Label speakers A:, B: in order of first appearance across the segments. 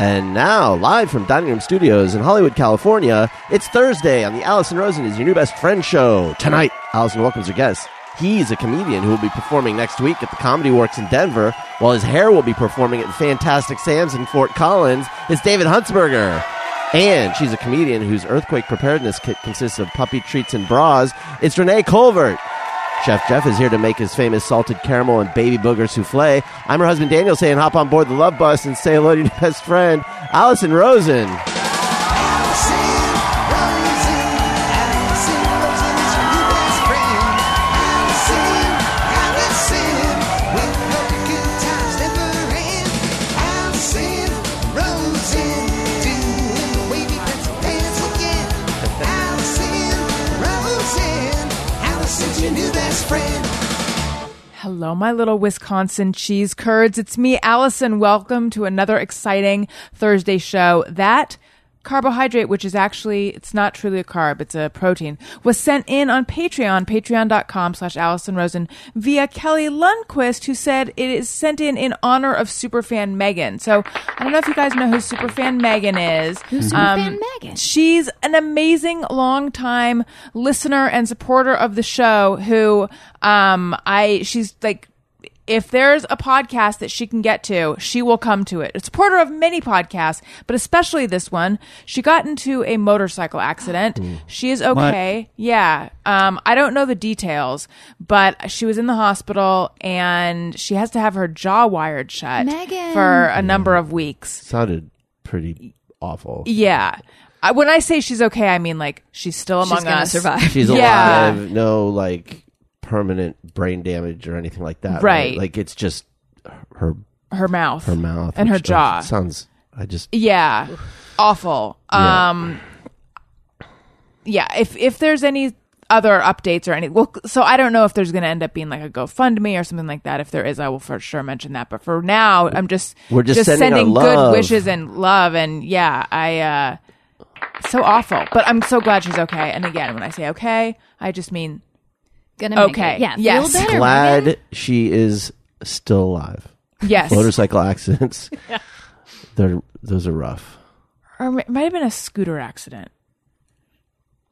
A: And now, live from Dining Room Studios in Hollywood, California, it's Thursday on the Allison Rosen is Your New Best Friend show. Tonight, Allison welcomes her guest. He's a comedian who will be performing next week at the Comedy Works in Denver, while his hair will be performing at Fantastic Sam's in Fort Collins. It's David Huntsberger. And she's a comedian whose earthquake preparedness kit consists of puppy treats and bras. It's Renee Colvert. Chef Jeff is here to make his famous salted caramel and baby booger souffle. I'm her husband Daniel saying hop on board the love bus and say hello to your best friend, Allison Rosen.
B: Hello, my little Wisconsin cheese curds. It's me, Allison. Welcome to another exciting Thursday show. That carbohydrate, which is actually, it's not truly a carb, it's a protein, was sent in on Patreon, patreon.com slash Allison Rosen, via Kelly Lundquist, who said it is sent in in honor of superfan Megan. So I don't know if you guys know who superfan Megan is. Um,
C: Who's superfan Megan?
B: She's an amazing longtime listener and supporter of the show who um I she's like if there's a podcast that she can get to, she will come to it. A supporter of many podcasts, but especially this one. She got into a motorcycle accident. She is okay. Yeah. Um, I don't know the details, but she was in the hospital and she has to have her jaw wired shut
C: Megan.
B: for a number of weeks.
A: Sounded pretty awful.
B: Yeah. I, when I say she's okay, I mean like she's still among
C: She's gonna
B: us.
C: survive.
A: She's
B: Yeah.
A: alive, no like permanent brain damage or anything like that.
B: Right.
A: Like it's just her
B: Her mouth.
A: her mouth
B: And her
A: which, uh,
B: jaw.
A: Sounds I just
B: Yeah. Awful.
A: Yeah.
B: Um Yeah, if if there's any other updates or any well so I don't know if there's going to end up being like a GoFundMe or something like that. If there is, I will for sure mention that. But for now, I'm just
A: We're just sending our
B: sending
A: love.
B: good wishes and love and yeah, I uh so awful. But I'm so glad she's okay. And again, when I say okay, I just mean
C: Gonna make
B: Okay.
C: It. Yeah.
B: Yes.
C: Feel better.
A: glad
C: Megan.
A: she is still alive.
B: yes.
A: Motorcycle accidents. They're those are rough.
B: or it might have been a scooter accident.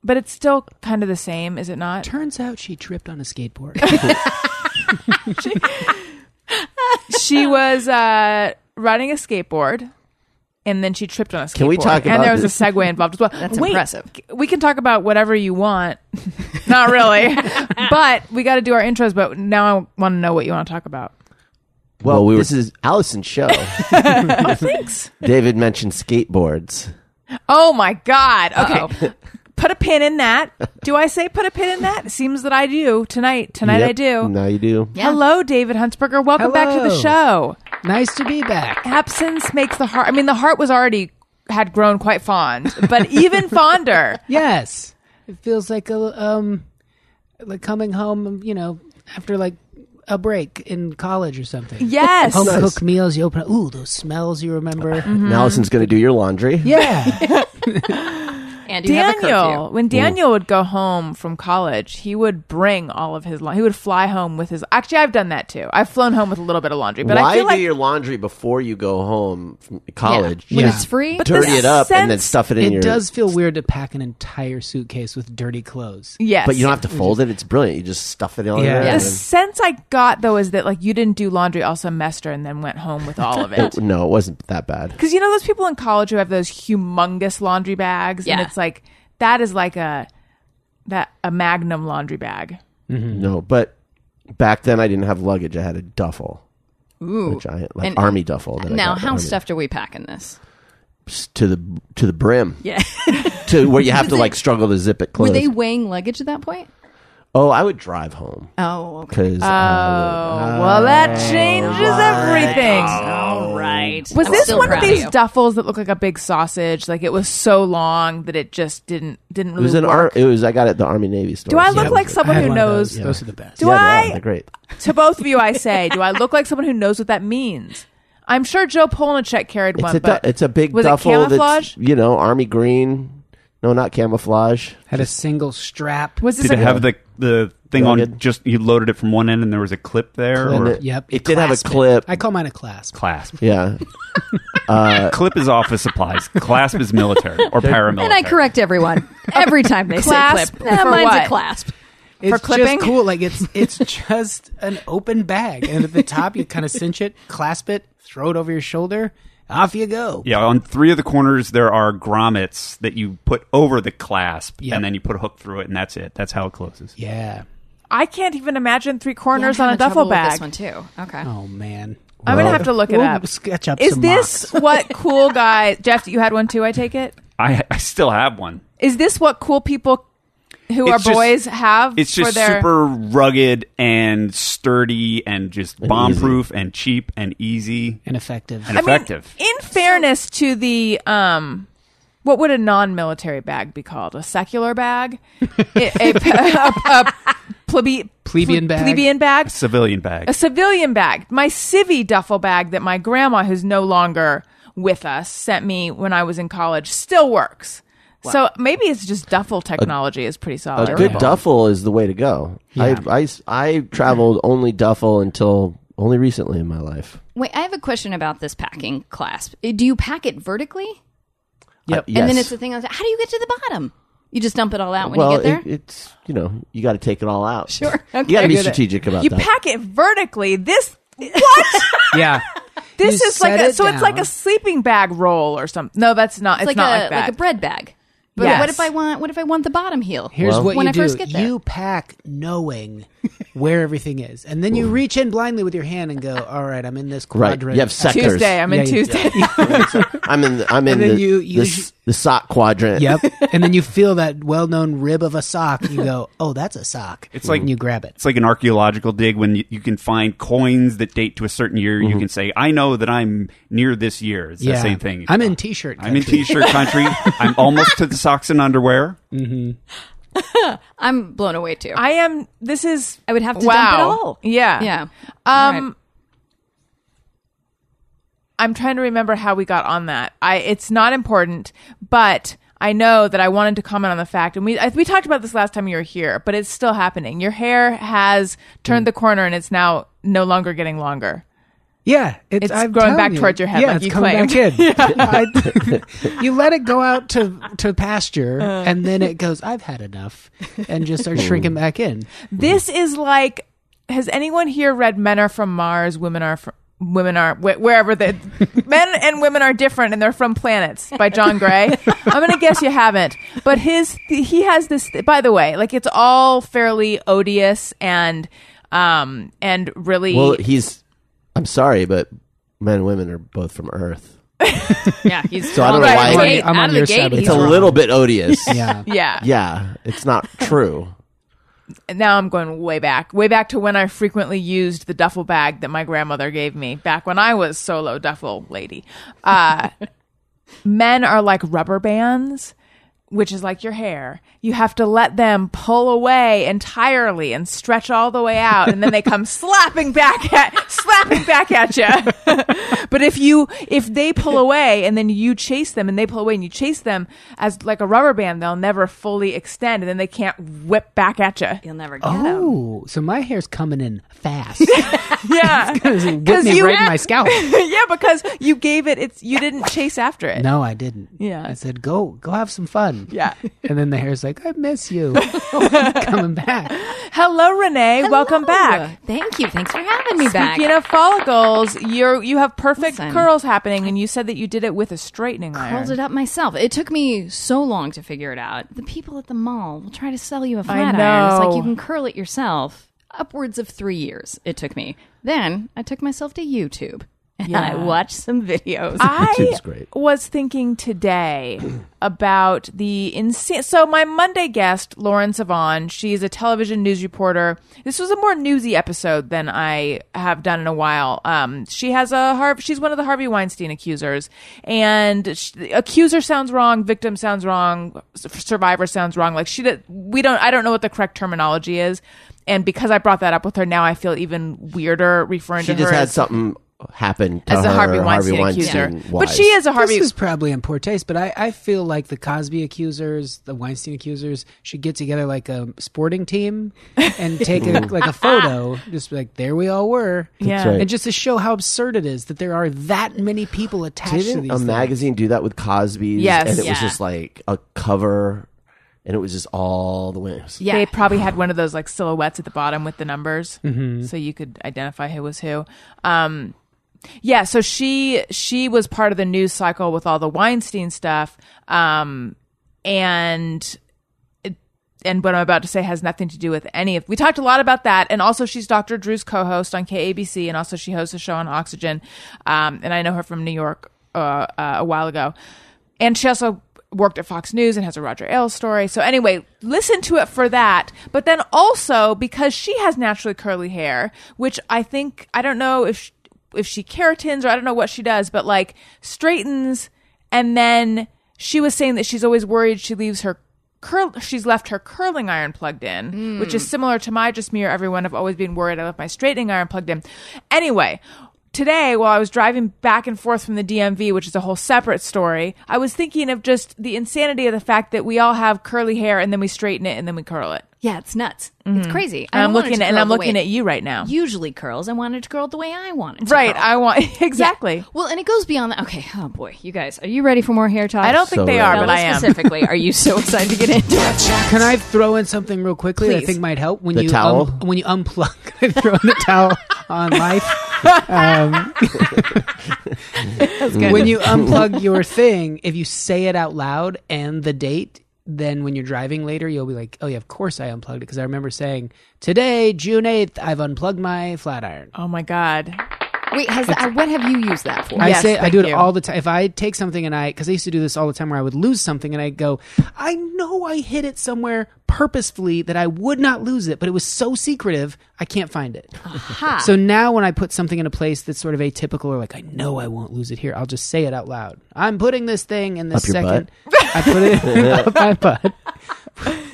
B: But it's still kind of the same, is it not?
D: Turns out she tripped on a skateboard.
B: she was uh, riding a skateboard and then she tripped on a skateboard.
A: we talk
B: And
A: about
B: there was
A: this?
B: a segue involved as well.
C: That's
B: Wait,
C: impressive.
B: We can talk about whatever you want. Not really. but we got to do our intros, but now I want to know what you want to talk about.
A: Well, this is Allison's show.
B: Thanks.
A: David mentioned skateboards.
B: Oh my God. Okay. Put a pin in that. Do I say put a pin in that? It seems that I do tonight. Tonight I
A: Yep,
B: do.
A: Now you do.
C: Yeah.
B: Hello, David Huntsberger. Welcome back to the
D: Hello.
B: show.
D: nice to be back.
B: absence makes the heart. I mean, the heart was already had grown quite fond, but even fonder.
D: Yes, it feels like a um, like coming home. You know, after like a break in college or something.
B: Yes.
D: Home
A: Nice.
D: cooked meals. You open up. Ooh, those smells you remember.
B: Mm-hmm.
A: And Allison's going to do your laundry.
D: Yeah.
C: And you have a
B: Daniel,
C: curfew.
B: when Daniel would go home from college, he would bring all of his laundry. He would fly home with his. Actually, I've done that too. I've flown home with a little bit of laundry, but
A: Why
B: I feel
A: do
B: like
A: your laundry before you go home from college?
C: When
D: Yeah.
C: it's free.
B: But-
A: Dirty
B: the
A: it up and then
B: sense-
A: stuff it in
D: it
A: your.
D: does feel weird to pack an entire suitcase with dirty clothes.
B: yes,
A: But you don't have to fold it. It's brilliant. You just stuff it all
D: Yeah.
A: in.
B: The
A: there.
B: sense I got though is that like you didn't do laundry all semester and then went home with all of it.
A: It- no, it wasn't that bad.
B: Because you know those people in college who have those humongous laundry bags,
C: Yeah.
B: and it's like that is like a that a magnum laundry bag.
A: No, but back then I didn't have luggage. I had a duffel,
C: Ooh.
A: a giant like
C: And-
A: army duffel. That I
C: Now,
A: got at
C: how
A: Army.
C: stuffed are we packing this?
A: to the to the brim
C: Yeah.
A: to where you have to
C: it-
A: like struggle to zip it
C: Were
A: closed.
C: they weighing luggage at that point?
A: oh, I would drive home uh,
C: Oh, okay.
A: because
B: Oh. Well, that changes
C: Oh.
B: everything.
A: oh,
C: All right.
B: Was
C: I'm
B: this
C: still
B: one of
C: proud
B: these
C: you.
B: duffels that looked like a big sausage? Like it was so long that it just didn't didn't
A: it
B: really
A: was an ar-
B: work.
A: it was I got it at the Army Navy store.
B: Do I
A: so
B: look
A: that
B: like
A: was good.
B: someone
D: I had
B: who
D: one of
B: knows?
D: Those. those are the best.
B: Do
A: Yeah, they are.
B: I?
A: They're great.
B: To both of you, I say, do I look like someone who knows what that means? I'm sure Joe Polnicek carried
A: It's
B: one,
A: a du-
B: but
A: it's a big
B: was
A: duffel
B: it camouflage?
A: that's you know army green. No, not camouflage.
D: Had a single strap.
B: was this
E: Did
B: a
E: it have the the thing on
A: Rugged.
E: just you loaded it from one end and there was a clip there
A: And
E: or
A: it-
D: Yep, you
A: It did have a
D: clasp it.
A: clip.
D: I call mine a clasp.
E: clasp.
A: Yeah.
E: clip is office supplies. Clasp is military or paramilitary.
C: And I correct everyone every time they
B: Clasp
C: say clip. Nah,
B: for
C: mine's
B: what?
C: a clasp.
D: It's
B: clipping?
D: just cool. Like it's it's just an open bag, and at the top you kind of cinch it, clasp it, throw it over your shoulder, off you go.
E: Yeah, on three of the corners there are grommets that you put over the clasp,
D: Yep.
E: and then you put a hook through it, and that's it. That's how it closes.
D: Yeah.
B: I can't even imagine three corners
C: Yeah,
B: on
C: I'm
B: a
C: having
B: duffel
C: trouble with
B: bag.
C: This one too. Okay.
D: Oh man.
B: I'm gonna have to look it
D: We'll
B: up.
D: Sketch up.
B: Is
D: some
B: this
D: mocks.
B: what cool guys? Jeff, you had one too. I take it.
E: I, I still have one.
B: Is this what cool people who
E: It's
B: are
E: just-
B: boys have?
E: It's just
B: for their,
E: super rugged and sturdy, and just bomb proof and cheap and easy
D: and effective?
E: and effective.
B: In fairness to the um, what would a non-military bag be called? A secular bag? a, a, a- a plebe-
D: Plebeian bag?
B: Plebeian bag.
E: Civilian bag.
B: A civilian bag. My civvy duffel bag that my grandma, who's no longer with us, sent me when I was in college, still works. So maybe it's just duffel technology is pretty solid.
A: A good duffel is the way to go.
D: Yeah.
A: I, I, I traveled only duffel until only recently in my life.
C: Wait, I have a question about this packing clasp. Uh, Do you pack it vertically?
A: Yep.
C: And then it's the thing. I was like, How do you get to the bottom? You just dump it all out when
A: well,
C: you get there.
A: It, it's you know you got to take it all out.
C: Sure. Okay.
A: you got to be
C: Get it.
A: strategic about
B: You
A: that.
B: pack it vertically. This what?
D: yeah.
B: This
D: You
B: is like
D: set
B: a,
D: it
B: so it's like a
D: down.
B: sleeping bag roll or something. No, that's not. It's,
C: It's like
B: not
C: a
B: like that.
C: a bread bag. But
B: Yes.
C: what if I want? What if I want the bottom heel?
D: Here's what
C: when
D: you
C: I
D: do.
C: first get there.
D: You pack knowing where everything is, and then you reach in blindly with your hand and go, "All right, I'm in this
A: Right.
D: quadrant."
A: You have sectors.
B: Tuesday. I'm in
D: Yeah, yeah,
B: Tuesday.
A: I'm in. The, I'm in
D: And then
A: the,
D: you- you
A: the,
D: sh-
A: s- the sock quadrant.
D: Yep. And then you feel that well-known rib of a sock. And you go, "Oh, that's a sock." It's
E: like-
D: and you grab it.
E: It's like an archaeological dig when you, you can find coins that date to a certain year. You can say, I know that I'm near this year. It's the same thing.
D: I'm in t-shirt.
E: I'm in
D: country.
E: t-shirt country. I'm almost to the socks and underwear.
C: I'm blown away too. I,
B: I am. This is.
C: would have to
B: wow.
C: dump it all.
B: Yeah.
C: Yeah.
B: Um,
C: Right.
B: I'm trying to remember how we got on that. I it's not important, but I know that I wanted to comment on the fact, and we I, we talked about this last time you were here, but it's still happening. Your hair has turned the corner, and it's now no longer getting longer.
D: Yeah, it's,
B: It's growing
D: telling
B: back towards your head
D: Yeah,
B: like
D: it's
B: you
D: coming back in. I- you let it go out to to pasture,
B: Uh.
D: and then it goes. I've had enough, and just starts shrinking back in.
B: This is like. Has anyone here read Men Are From Mars, Women Are From Women are wh- wherever the men and women are different, and they're from planets by John Gray. I'm gonna guess you haven't, but his he has this. By the way, like it's all fairly odious and um and really
A: Well, he's. I'm sorry, but men and women are both from Earth.
C: Yeah. He's
A: So I don't know
C: out
A: why-
C: of
A: I'm
C: the
A: on-
C: gate-
D: I'm
C: out
D: on
C: of the
D: your side
C: gate.
D: with
C: He's
A: It's a
D: wrong.
A: little bit odious.
D: Yeah,
B: yeah
A: Yeah, it's not true.
B: now I'm going way back, way back to when I frequently used the duffel bag that my grandmother gave me back when I was solo duffel lady. Uh, men are like rubber bands, which is like your hair. You have to let them pull away entirely and stretch all the way out, and then they come slapping back at slapping back at you. but if you if they pull away and then you chase them and they pull away and you chase them as like a rubber band, they'll never fully extend, and then they can't whip back at you.
C: You'll never get
B: Um,
C: him.
D: Oh, so my hair's coming in fast.
B: Yeah,
D: Whip me
B: you-
D: right in my scalp.
B: yeah, because you gave it. It's you didn't chase after it.
D: No, I didn't.
B: Yeah.
D: I said, go, go have some fun.
B: Yeah.
D: And then the hair's like, I miss you. coming back.
B: Hello, Renee. Welcome
C: Hello.
B: back.
C: Thanks. Thank you. Thanks for having me back.
B: Speaking of follicles, you're you have perfect
C: Listen.
B: curls happening, and you said that you did it with a straightening
C: curled
B: iron.
C: it up myself. It took me so long to figure it out. The people at the mall will try to sell you a
B: I
C: flat iron. It's
B: know.
C: like you can curl it yourself. Upwards of three years it took me. Then I took myself to YouTube and I watched some videos.
B: I
A: YouTube's great.
B: was thinking today about the insane. So my Monday guest, Lauren Savon, she's a television news reporter. This was a more newsy episode than I have done in a while. Um, she has a Har- she's one of the Harvey Weinstein accusers, and sh accuser sounds wrong, victim sounds wrong, s- survivor sounds wrong. Like she, did, we don't, I don't know what the correct terminology is. And because I brought that up with her, now I feel even weirder referring
A: She
B: to
A: just
B: her
A: had
B: as-
A: something happened to
B: as the
A: her,
B: Harvey Weinstein accuser. But
A: Wise.
B: she is a Harvey.
D: This is probably in poor taste, but I, I feel like the Cosby accusers, the Weinstein accusers, should get together like a sporting team and take a, like a photo, just be like there we all were,
B: yeah.
A: right.
D: and just to show how absurd it is that there are that many people attached to
A: Didn't
D: these.
A: a
D: things.
A: magazine do that with Cosby's?
B: Yes.
A: and it was
C: Yeah.
A: just like a cover, and it was just all the winners.
C: Yeah.
B: They probably had one of those like silhouettes at the bottom with the numbers,
D: Mm-hmm.
B: so you could identify who was who. Um, yeah, so she she was part of the news cycle with all the Weinstein stuff, um, and it- and what I'm about to say has nothing to do with any of. We talked a lot about that, and also she's Dr. Drew's co-host on KABC, and also she hosts a show on Oxygen, um, and I know her from New York uh, uh, a while ago, and she also worked at Fox News and has a Roger Ailes story. So anyway, listen to it for that. But then also because she has naturally curly hair, which I think I don't know if she, if she keratins or I don't know what she does, but like straightens and then she was saying that she's always worried she leaves her curl she's left her curling iron plugged in, which
C: Mm.
B: is similar to my just me or everyone I've always been worried I left my straightening iron plugged in. Anyway, today while I was driving back and forth from the DMV, which is a whole separate story, I was thinking of just the insanity of the fact that we all have curly hair and then we straighten it and then we curl it.
C: Yeah, it's nuts. It's crazy.
B: Mm. And I'm looking at and I'm looking at
C: at
B: you right now.
C: usually curls. I wanted to curl it the way I wanted. To
B: right,
C: curl.
B: I want exactly.
C: Yeah. Well, and it goes beyond that. Okay, oh boy, you guys, are you ready for more hair talk?
B: I don't think
A: So
B: they
A: right.
B: are,
A: No,
B: but I am.
C: Specifically, are you so excited to get into it?
D: Can I throw in something real quickly that I
B: Please.
D: think might help when
A: The
D: you
A: towel?
D: un- when you unplug Can I throw in the towel on life? Um, when you unplug your thing, if you say it out loud and the date, then when you're driving later, you'll be like, "Oh yeah, of course I unplugged it," because I remember saying, "Today, June eighth, I've unplugged my flat iron."
B: Oh my god.
C: Wait, has uh, what have you used that for?
D: I
B: Yes,
D: say I
B: thank
D: do it
B: you.
D: all the time. If I take something and I, because I used to do this all the time, where I would lose something and I go, I know I hid it somewhere purposefully that I would not lose it, but it was so secretive I can't find it.
C: Ha.
D: So now when I put something in a place that's sort of atypical or like I know I won't lose it here, I'll just say it out loud. I'm putting this thing in this
A: Up your
D: second. I put it up my butt.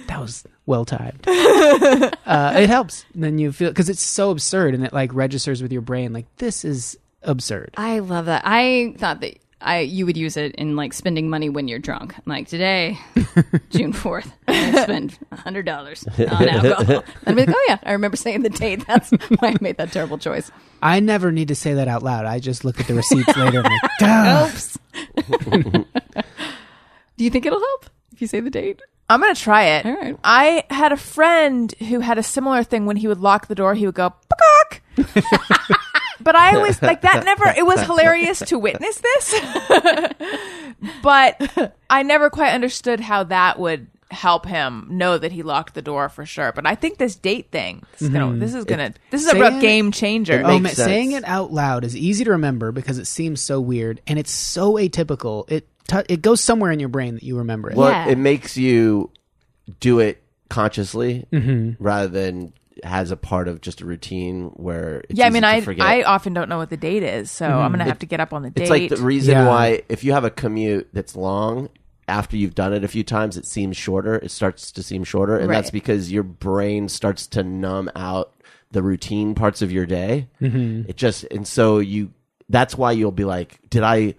D: that was well timed. Uh, it helps. And then you feel because it's so absurd and it like registers with your brain like this is absurd.
C: I love that. I thought that I you would use it in like spending money when you're drunk. I'm like today, June fourth, I spend hundred dollars on alcohol. And I'd be like, oh yeah, I remember saying the date. That's why I made that terrible choice.
D: I never need to say that out loud. I just look at the receipts later and I'm like, "Duh."
C: Oops. Do you think it'll help if you say the date?
B: I'm gonna try it.
C: All right.
B: I had a friend who had a similar thing. When he would lock the door, he would go "Peacock." but I always like that. Never. It was hilarious to witness this, but I never quite understood how that would help him know that he locked the door for sure. But I think this date thing, this is gonna, this is gonna, this is a
D: Saying
B: real
D: it-
B: game changer.
A: Mm-hmm. it
D: Oh,
A: makes sense.
D: man, saying it out loud is easy to remember because it seems so weird and it's so atypical. It t- it goes somewhere in your brain that you remember it.
A: Well,
C: Yeah.
A: it makes you do it consciously
B: Mm-hmm.
A: rather than has a part of just a routine where it's
B: yeah, I
A: easy
B: mean,
A: to
B: I
A: forget. Mm-hmm.
B: I often don't know what the date is, so I'm gonna have to get up on the date.
A: It's like the reason
D: Yeah.
A: why if you have a commute that's long after you've done it a few times, it seems shorter. It starts to seem shorter, and that's
C: Right.
A: because your brain starts to numb out the routine parts of your day. It just and so you. That's why you'll be like, "Did I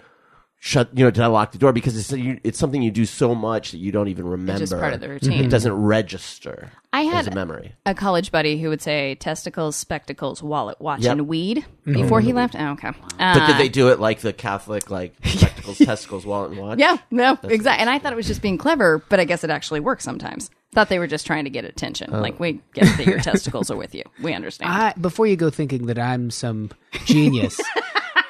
A: shut? You know, did I lock the door?" Because it's you, it's something you do so much that you don't even remember.
C: just part of the routine.
A: It doesn't register.
C: I
A: as
C: had
A: a memory.
C: a college buddy who would say testicles, spectacles, wallet, watch,
A: Yep. Mm-hmm.
C: and weed before he left. Oh, okay.
A: But
C: Uh,
A: did they do it like the Catholic, like spectacles, testicles, wallet, and watch?
C: Yeah, no, exactly. And I thought it was just being clever, but I guess it actually works sometimes. Thought they were just trying to get attention.
A: Oh.
C: Like, we get that your testicles are with you. We understand.
D: I, before you go thinking that I'm some genius,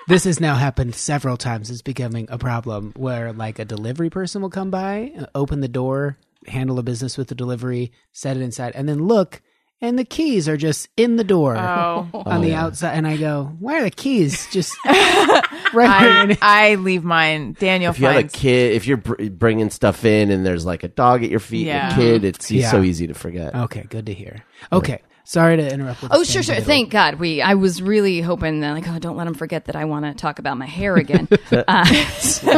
D: this has now happened several times. It's becoming a problem where like a delivery person will come by, uh, open the door, handle a business with the delivery, set it inside, and then look, and the keys are just in the door
C: Oh.
D: on the outside. And I go, why are the keys just right here?
B: I, I leave mine. Daniel
A: If you have a
B: finds
A: kid, if you're br- bringing stuff in and there's like a dog at your feet, and
B: Yeah.
A: a kid, it's
D: Yeah. Oh.
A: so easy to forget.
D: Okay, good to hear. Okay, sorry to interrupt. With
C: Oh,
D: the
C: sure, sure.
D: tangent.
C: Thank God. We. I was really hoping that, like, oh, don't let him forget that I want to talk about my hair again. uh, so,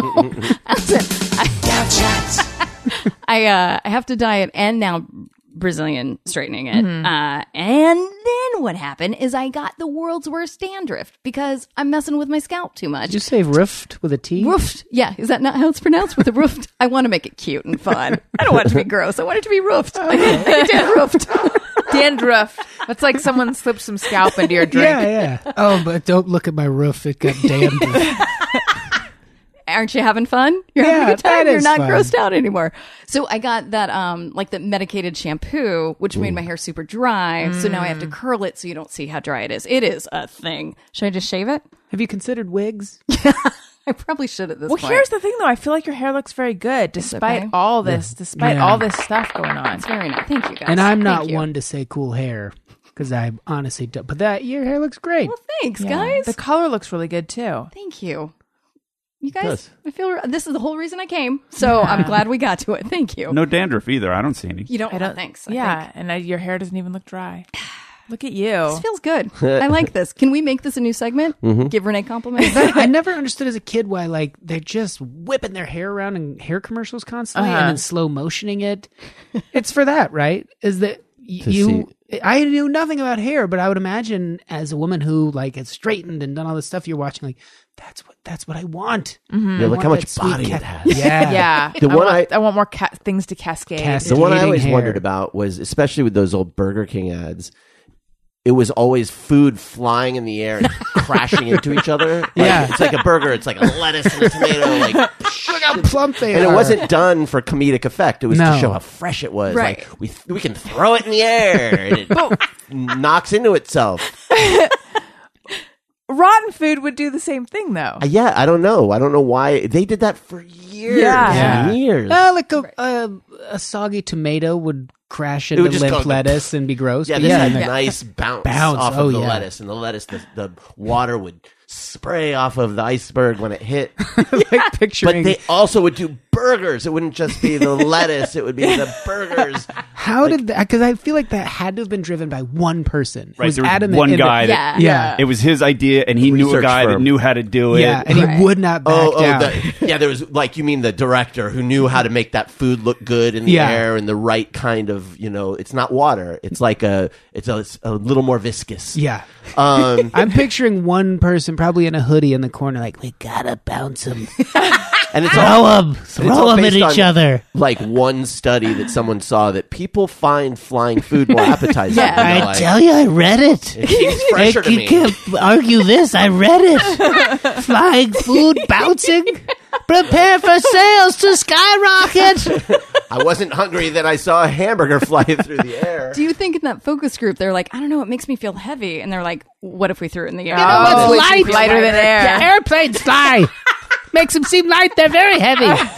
C: Allison, I, I, uh, I have to diet and now Brazilian straightening it.
A: Mm-hmm.
C: Uh, and then what happened is I got the world's worst dandruff because I'm messing with my scalp too much.
D: Did you say roofed with a T?
C: Roofed. Yeah. Is that not how it's pronounced? With the roofed. I want to make it cute and fun. I don't want it to be gross. I want it to be roofed. Like, like a damn roofed.
B: Dandruff. That's like someone slipped some scalp into your drink.
D: Yeah, yeah. Oh, but don't look at my roof. It got damned.
C: Aren't you having fun? You're having
D: Yeah,
C: a good time.
D: that
C: You're
D: is
C: not
D: fun.
C: grossed out anymore. So I got that, um, like the medicated shampoo, which made my hair super dry. So now I have to curl it so you don't see how dry it is. It is a thing. Should I just shave it?
D: Have you considered wigs?
C: I probably should at this
B: Well,
C: point.
B: here's the thing, though. I feel like your hair looks very good despite
C: okay.
B: all this, despite
D: Yeah.
B: all this stuff going on.
C: It's very nice. Thank you guys.
D: And I'm not
C: Thank you.
D: one to say cool hair because I honestly don't. But that your hair looks great.
C: Well, thanks,
B: Yeah.
C: guys.
B: the color looks really good too.
C: Thank you. You guys,
A: does.
C: I feel this is the whole reason I came. So I'm glad we got to it. Thank you.
E: No dandruff either. I don't see any.
C: you don't.
B: I
C: have
B: don't.
C: thanks. I
B: Yeah,
C: think.
B: and uh your hair doesn't even look dry. Look at you.
C: This feels good. I like this. Can we make this a new segment? Give Renee compliments.
D: I never understood as a kid why like they're just whipping their hair around in hair commercials constantly
B: Uh-huh.
D: and then slow motioning it. it's for that, right? Is that y- you? I knew nothing about hair, but I would imagine as a woman who like has straightened and done all this stuff, you're watching like that's what that's what I want.
C: Mm-hmm.
A: Yeah, look
D: I
A: how
D: want
A: much
D: that sweet
A: body
D: cat-
A: it has.
D: Yeah,
B: yeah.
A: The
B: I
A: one
B: want,
A: I-
B: want more ca- things to cascade.
D: Cascade.
A: The one I
D: Eating
A: always
D: hair.
A: wondered about was, especially with those old Burger King ads, it was always food flying in the air and crashing into each other. Like,
D: Yeah.
A: it's like a burger. It's like a lettuce and a tomato. Like,
D: Look how plump they
A: and
D: are.
A: it wasn't done for comedic effect. It was to
D: No.
A: show how fresh it was.
C: Right.
A: Like, we th- we can throw it in the air and it knocks into itself.
B: Rotten food would do the same thing though.
A: Uh, yeah, I don't know. I don't know why they did that for years
B: Yeah.
A: and years.
D: Ah, like a, a, a soggy tomato would crash into
A: would just
D: limp
A: go-
D: lettuce and be gross.
A: Yeah,
D: but
A: this had
D: and
A: a nice bounce,
D: Bounce,
A: off
D: oh,
A: of the
D: yeah.
A: lettuce, and the lettuce, the, the water would spray off of the iceberg when it hit.
D: like
A: But
D: picturing
A: they also would do burgers. It wouldn't just be the lettuce; it would be the burgers.
D: how did that? Because I feel like that had to have been driven by one person. It
E: Right,
D: was
E: there was
D: adamant
E: one
D: in the-
E: guy
C: yeah.
E: that
D: yeah,
E: it was his idea, and he knew a
A: Research
E: guy that
A: firm.
E: knew how to do it.
D: yeah, and he would not back
A: Oh, oh,
D: down.
A: the, yeah. There was like you mean the director who knew how to make that food look good in the
D: Yeah.
A: air and the right kind of you know. It's not water. It's like a it's a, it's a little more viscous.
D: yeah,
A: Um,
D: I'm picturing one person probably in a hoodie in the corner, like we gotta bounce him,
A: and it's all
D: throw him,
A: it's all
D: throw him at
A: based
D: each
A: on-
D: other.
A: like one study that someone saw that people find flying food more appetizing.
C: Yeah.
A: They're
D: I
A: like,
D: tell you, I read it.
A: it seems
D: I
A: fresher to me.
D: can't argue this. I read it. Flying food bouncing. Prepare for sales to skyrocket.
A: I wasn't hungry that I saw a hamburger fly through the air.
C: Do you think in that focus group they're like, I don't know, it makes me feel heavy, and they're like, What if we threw it in the air?
B: Oh,
D: what's
B: it should be
D: light?
B: lighter than air.
D: The airplanes fly. Makes them seem light. They're very heavy.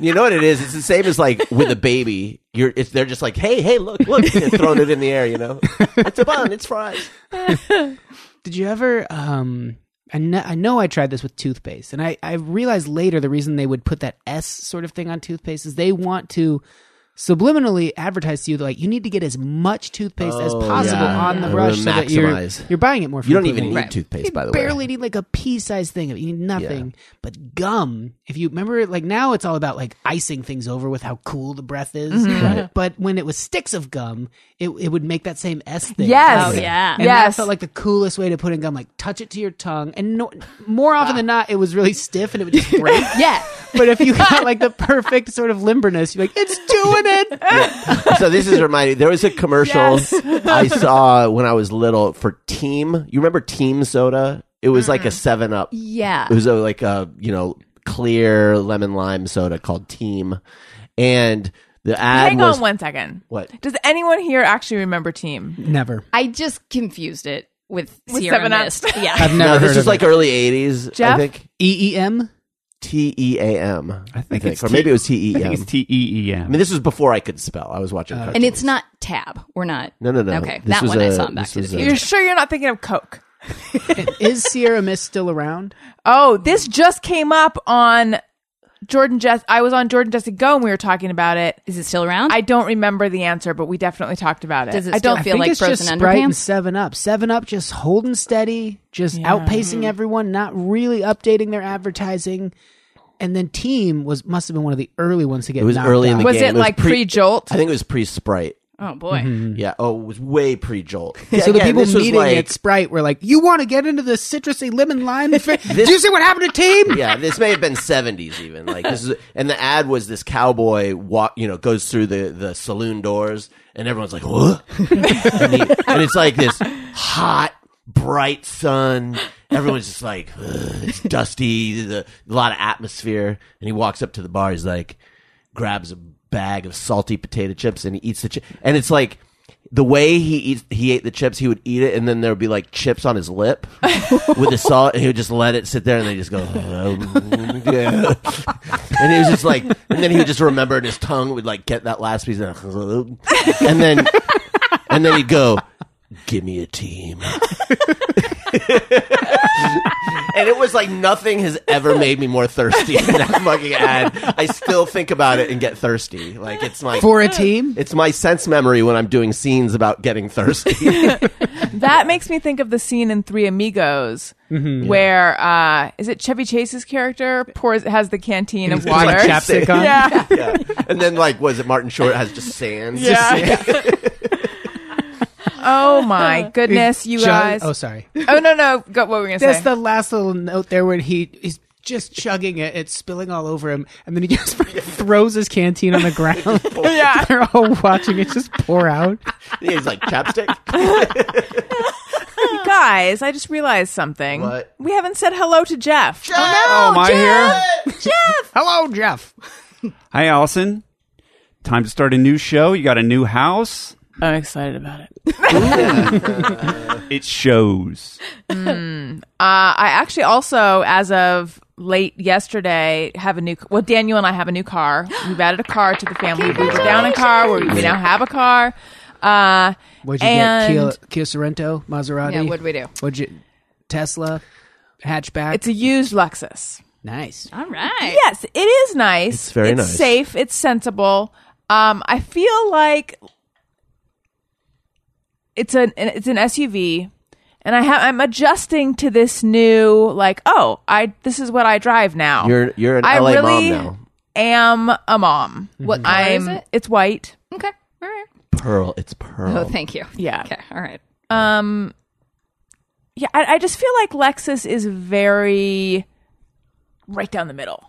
A: You know what it is? It's the same as like with a baby. You're it's, they're just like, hey, hey, look, look, and throwing it in the air. You know, it's a bun, it's fries.
D: Did you ever? Um, I know, I know I tried this with toothpaste, and I, I realized later the reason they would put that S sort of thing on toothpaste is they want to subliminally advertise to you that like you need to get as much toothpaste as
A: Oh,
D: possible
A: yeah.
D: on the
A: Yeah.
D: brush so that you're,
A: Maximize.
D: you're buying it more.
A: You don't
D: frequently.
A: even need toothpaste,
D: You
A: by the way.
D: barely need like a pea-sized thing. of it. You need nothing but gum. If you remember, like now it's all about like icing things over with how cool the breath is. But when it was sticks of gum, it it would make that same S thing.
B: Yes.
C: Oh, yeah.
D: And
B: yes.
D: that felt like the coolest way to put in gum. Like touch it to your tongue, and no, more often than not, it was really stiff and it would just break.
C: Yeah.
D: But if you got like the perfect sort of limberness, you're like, it's doing it.
A: So this is reminding. There was a commercial I saw when I was little for Team. You remember Team Soda? It was like a
C: Mm-hmm.
A: Seven Up.
C: Yeah.
A: It was a, like a you know clear lemon lime soda called Team, and the ad
B: Hang
A: was
B: on one second.
A: What?
B: Does anyone here actually remember team?
D: Never.
C: I just confused it with,
B: With
C: Sierra
B: Seven Up.
C: Mist. Yeah.
D: I've
A: no,
D: never.
A: this is like early '80s. I
B: Jeff?
A: think
D: EEM.
A: T E A M. I
E: think it's
A: or
E: T-
A: maybe it was T E
E: I think
A: M.
E: it's T E E
A: I mean,
E: M.
A: this was before I could spell. I was watching. cartoons.
C: And it's not tab. We're not.
A: no, no, no.
C: Okay,
A: This
C: that
A: was
C: one I
A: a-
C: saw in Back
A: this
C: to the
A: was a-
C: Future.
B: You're sure you're not thinking of Coke?
D: is Sierra Mist still around?
B: Oh, this just came up on Jordan Jess. I was on Jordan Jesse Go and we were talking about it.
C: Is it still around?
B: I don't remember the answer, but we definitely talked about it.
C: Does it
B: I don't
C: still
D: I
C: feel
D: think
C: like
D: it's just
C: frozen
D: Sprite and
C: underpants?
D: Seven Up. Seven Up just holding steady, just
C: Mm-hmm.
D: outpacing everyone, not really updating their advertising. And then Team was must have been one of the early ones to get.
A: It was
D: knocked
A: early in
D: out.
A: the
B: Was
A: game.
B: it like pre-jolt?
A: I think it was pre Sprite.
C: Oh boy.
A: Yeah. Oh, it was way pre Jolt. Yeah,
D: so the
A: again,
D: people
A: this was
D: meeting at Sprite were like, "You want to get into the citrusy lemon lime? fi- Do you see what happened to team?
A: yeah, this may have been seventies even. Like this is, and the ad was this cowboy walk, you know, goes through the the saloon doors, and everyone's like, "What?" and, he- and it's like this hot, bright sun. Everyone's just like, "Ugh," it's dusty, the, a lot of atmosphere. And he walks up to the bar. He's like, grabs a bag of salty potato chips and he eats the chip. And it's like. The way he eats, he ate the chips, he would eat it, and then there would be like chips on his lip with the salt, and he would just let it sit there, and they just go, "Oh, yeah. and he was just like, and then he would just remember, and his tongue would like get that last piece, and and then, and then he'd go, "Give me a team." and it was like nothing has ever made me more thirsty than that fucking ad. I still think about it and get thirsty. Like it's my
D: For a team?
A: it's my sense memory when I'm doing scenes about getting thirsty.
B: That makes me think of the scene in Three Amigos
D: Mm-hmm.
B: where uh, is it Chevy Chase's character pours has the canteen of
D: It's like
B: water.
D: chapstick on.
B: yeah.
A: yeah. And then like was it Martin Short has just sand?
B: Yeah. oh my goodness, you
D: Ju-
B: guys.
D: Oh, sorry.
B: Oh no no, go, what were we gonna
D: That's
B: say?
D: the last little note there when he is just chugging it, it's spilling all over him, and then he just throws his canteen on the ground.
B: yeah.
D: They're all watching it just pour out.
A: He's like chapstick.
B: guys, I just realized something.
A: What?
B: We haven't said hello to Jeff.
E: Oh, am I here?
D: Hello, Jeff.
E: Hi, Allison. Time to start a new show. You got a new house.
B: I'm excited about it.
E: It shows.
B: Uh, I actually also, as of late yesterday, have a new. Well, Daniel and I have a new car. We've added a car to the family. We were down a car. We we now have a car. Uh,
D: What'd you
B: and
D: get? Kia, Kia Sorrento, Maserati.
C: Yeah, what'd we do?
D: What'd you? Tesla, hatchback.
B: It's e- a used Lexus.
D: nice.
C: All right.
B: Yes, it is nice. It's
A: very nice.
B: Safe. It's sensible. Um, I feel like it's an it's an SUV, and I have I'm adjusting to this new like oh I this is what I drive now.
A: You're you're an
B: I
A: LA
B: really
A: mom now.
B: am a mom.
C: What color
B: I'm
C: is it?
B: it's white.
C: Okay. All right.
A: Pearl, it's Pearl.
C: Oh, thank you.
B: Yeah.
C: Okay. All right.
B: Um, Yeah, I, I just feel like Lexus is very right down the middle.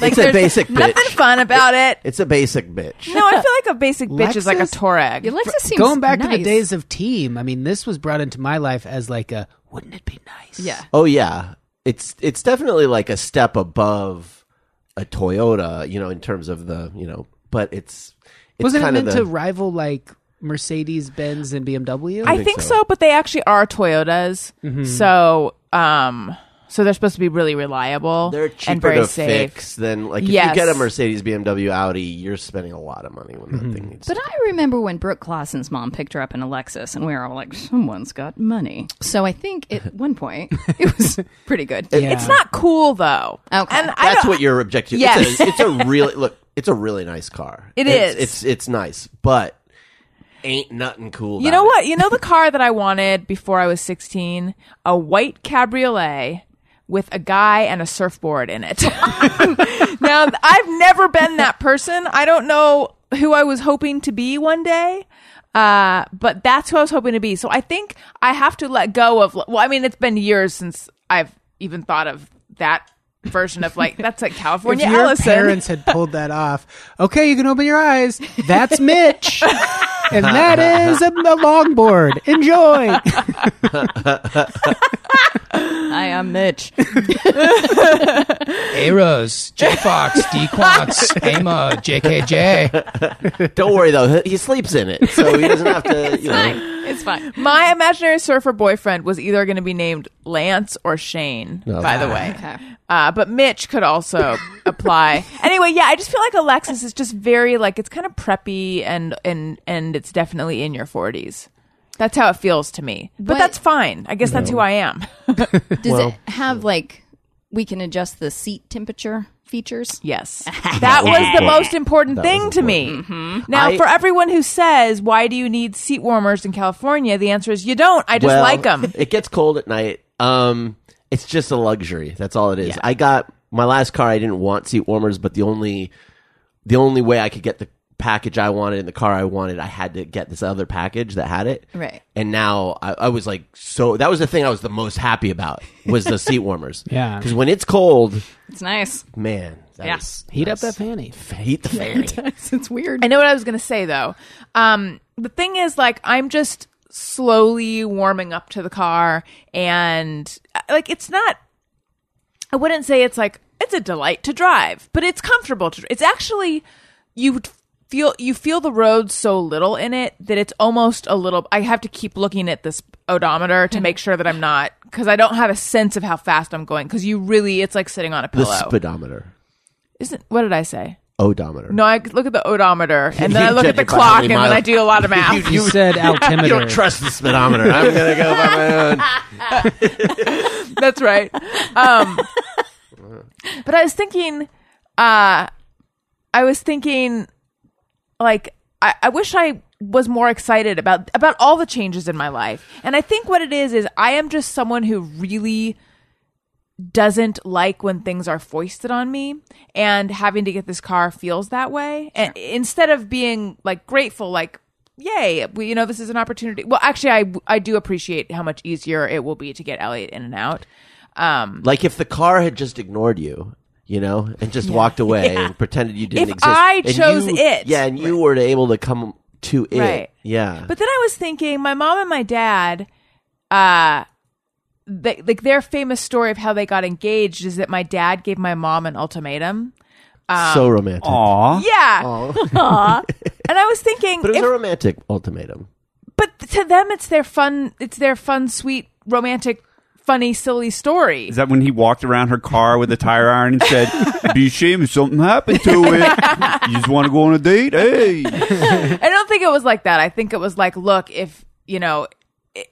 B: Like
A: It's a
B: there's
A: basic
B: nothing
A: bitch.
B: fun about it.
A: It's a basic bitch.
B: No, I feel like a basic bitch is like a
D: Lexus?
B: Touareg.
C: Your Lexus seems
D: Going back to the
C: nice.
D: days of team, I mean, this was brought into my life as like a wouldn't it be nice?
C: Yeah.
A: Oh yeah, it's it's definitely like a step above a Toyota, you know, in terms of the you know, but it's it's
D: Wasn't it
A: kind
D: meant
A: of
D: to
A: the
D: rival like Mercedes Benz and BMW?
B: I
A: think
B: think
A: so.
B: so. but they actually are Toyotas.
A: Mm-hmm.
B: So, um, so they're supposed to be really reliable.
A: they're
B: and
A: cheaper
B: very
A: to
B: safe.
A: fix than like if
B: Yes.
A: you get a Mercedes BMW Audi, you're spending a lot of money when that thing needs.
C: But I remember when Brooke Clausen's mom picked her up in a Lexus, and we were all like, someone's got money. So I think at one point it was pretty good.
D: Yeah.
B: It's not cool though.
C: Okay.
B: and I
A: That's
B: don't-
A: what your objective.
B: Yes.
A: It's a, it's a really look. It's a really nice car.
B: It
A: it's,
B: is.
A: It's it's nice, but ain't nothing cool.
B: You
A: about
B: know
A: it.
B: what? You know the car that I wanted before I was sixteen, a white cabriolet with a guy and a surfboard in it. now I've never been that person. I don't know who I was hoping to be one day. Uh, but that's who I was hoping to be. So I think I have to let go of. Well, I mean, it's been years since I've even thought of that version of like that's like
D: If
B: California
D: your
B: Allison.
D: parents had pulled that off, okay, you can open your eyes. That's Mitch, and that is a, a longboard. Enjoy.
C: Hi, I'm Mitch.
F: Eros, J Fox, D Quants, Ama, JKJ.
A: Don't worry though. He he sleeps in it, so he doesn't have to. You know.
C: It's fine.
B: My imaginary surfer boyfriend was either going to be named Lance or Shane, by the way.
C: Okay.
B: Uh, but Mitch could also apply. Anyway, yeah, I just feel like Alexis is just very like it's kind of preppy and and and it's definitely in your 40s. That's how it feels to me. But
C: What-
B: that's fine. I guess that's who I am.
C: Does it have like, we can adjust the seat temperature features?
B: Yes. That was the most important thing to me.
C: Mm-hmm.
B: Now,
A: I-
B: for everyone who says, "Why do you need seat warmers in California?" the answer is you don't. I just
A: Well,
B: like 'em. like them.
A: It gets cold at night. Um, it's just a luxury. That's all it is. I got my last car. I didn't want seat warmers, but the only the only way I could get the package I wanted in the car I wanted, I had to get this other package that had it.
C: Right.
A: And now I, I was like, so that was the thing I was the most happy about was the seat warmers.
D: Yeah.
A: Because when it's cold,
C: It's nice.
A: man, that
C: Yeah.
A: is-
D: Heat up
A: that's-
D: that fanny.
A: Heat the fanny.
C: It's weird.
B: I know what I was going to say though. Um, the thing is, like, I'm just slowly warming up to the car, and uh, like, it's not. I wouldn't say it's like it's a delight to drive, but it's comfortable to. It's actually you would feel you feel the road so little in it that it's almost a little. I have to keep looking at this odometer to make sure that I'm not because I don't have a sense of how fast I'm going. Because you really, it's like sitting on a
A: The
B: pillow.
A: speedometer.
B: Isn't what did I say?
A: Odometer.
B: No, I look at the odometer and then I
A: You
B: look
A: judge
B: at the
A: it by
B: clock
A: how many
B: and then I
A: miles-
B: do a lot of math.
D: You said
A: You
D: altimeter.
A: don't trust the speedometer. I'm gonna go by my own.
B: That's right. Um, but I was thinking, uh, I was thinking, like, I, I wish I was more excited about about all the changes in my life. And I think what it is is I am just someone who really doesn't like when things are foisted on me and having to get this car feels that way and instead of being like grateful like yay we, you know this is an opportunity well actually I, I do appreciate how much easier it will be to get elliot in and out um
A: Like if the car had just ignored you, you know, and just walked away and pretended you didn't
B: If
A: exist.
B: I
A: and
B: chose
A: you-
B: it.
A: Yeah, and you were able to come to it.
B: Right.
A: Yeah.
B: But then I was thinking, my mom and my dad, uh, they, like their famous story of how they got engaged is that my dad gave my mom an ultimatum.
A: so romantic.
E: Aw.
B: Yeah. Aw. and I was thinking,
A: But it was
B: if-
A: a romantic ultimatum.
B: but to them, it's their fun, it's their fun, sweet, romantic, funny, silly story.
E: Is that when he walked around her car with a tire iron and said, It'd be a shame if something happened to it. You just want to go on a date? Hey.
B: I don't think it was like that. I think it was like, look, if you know, i-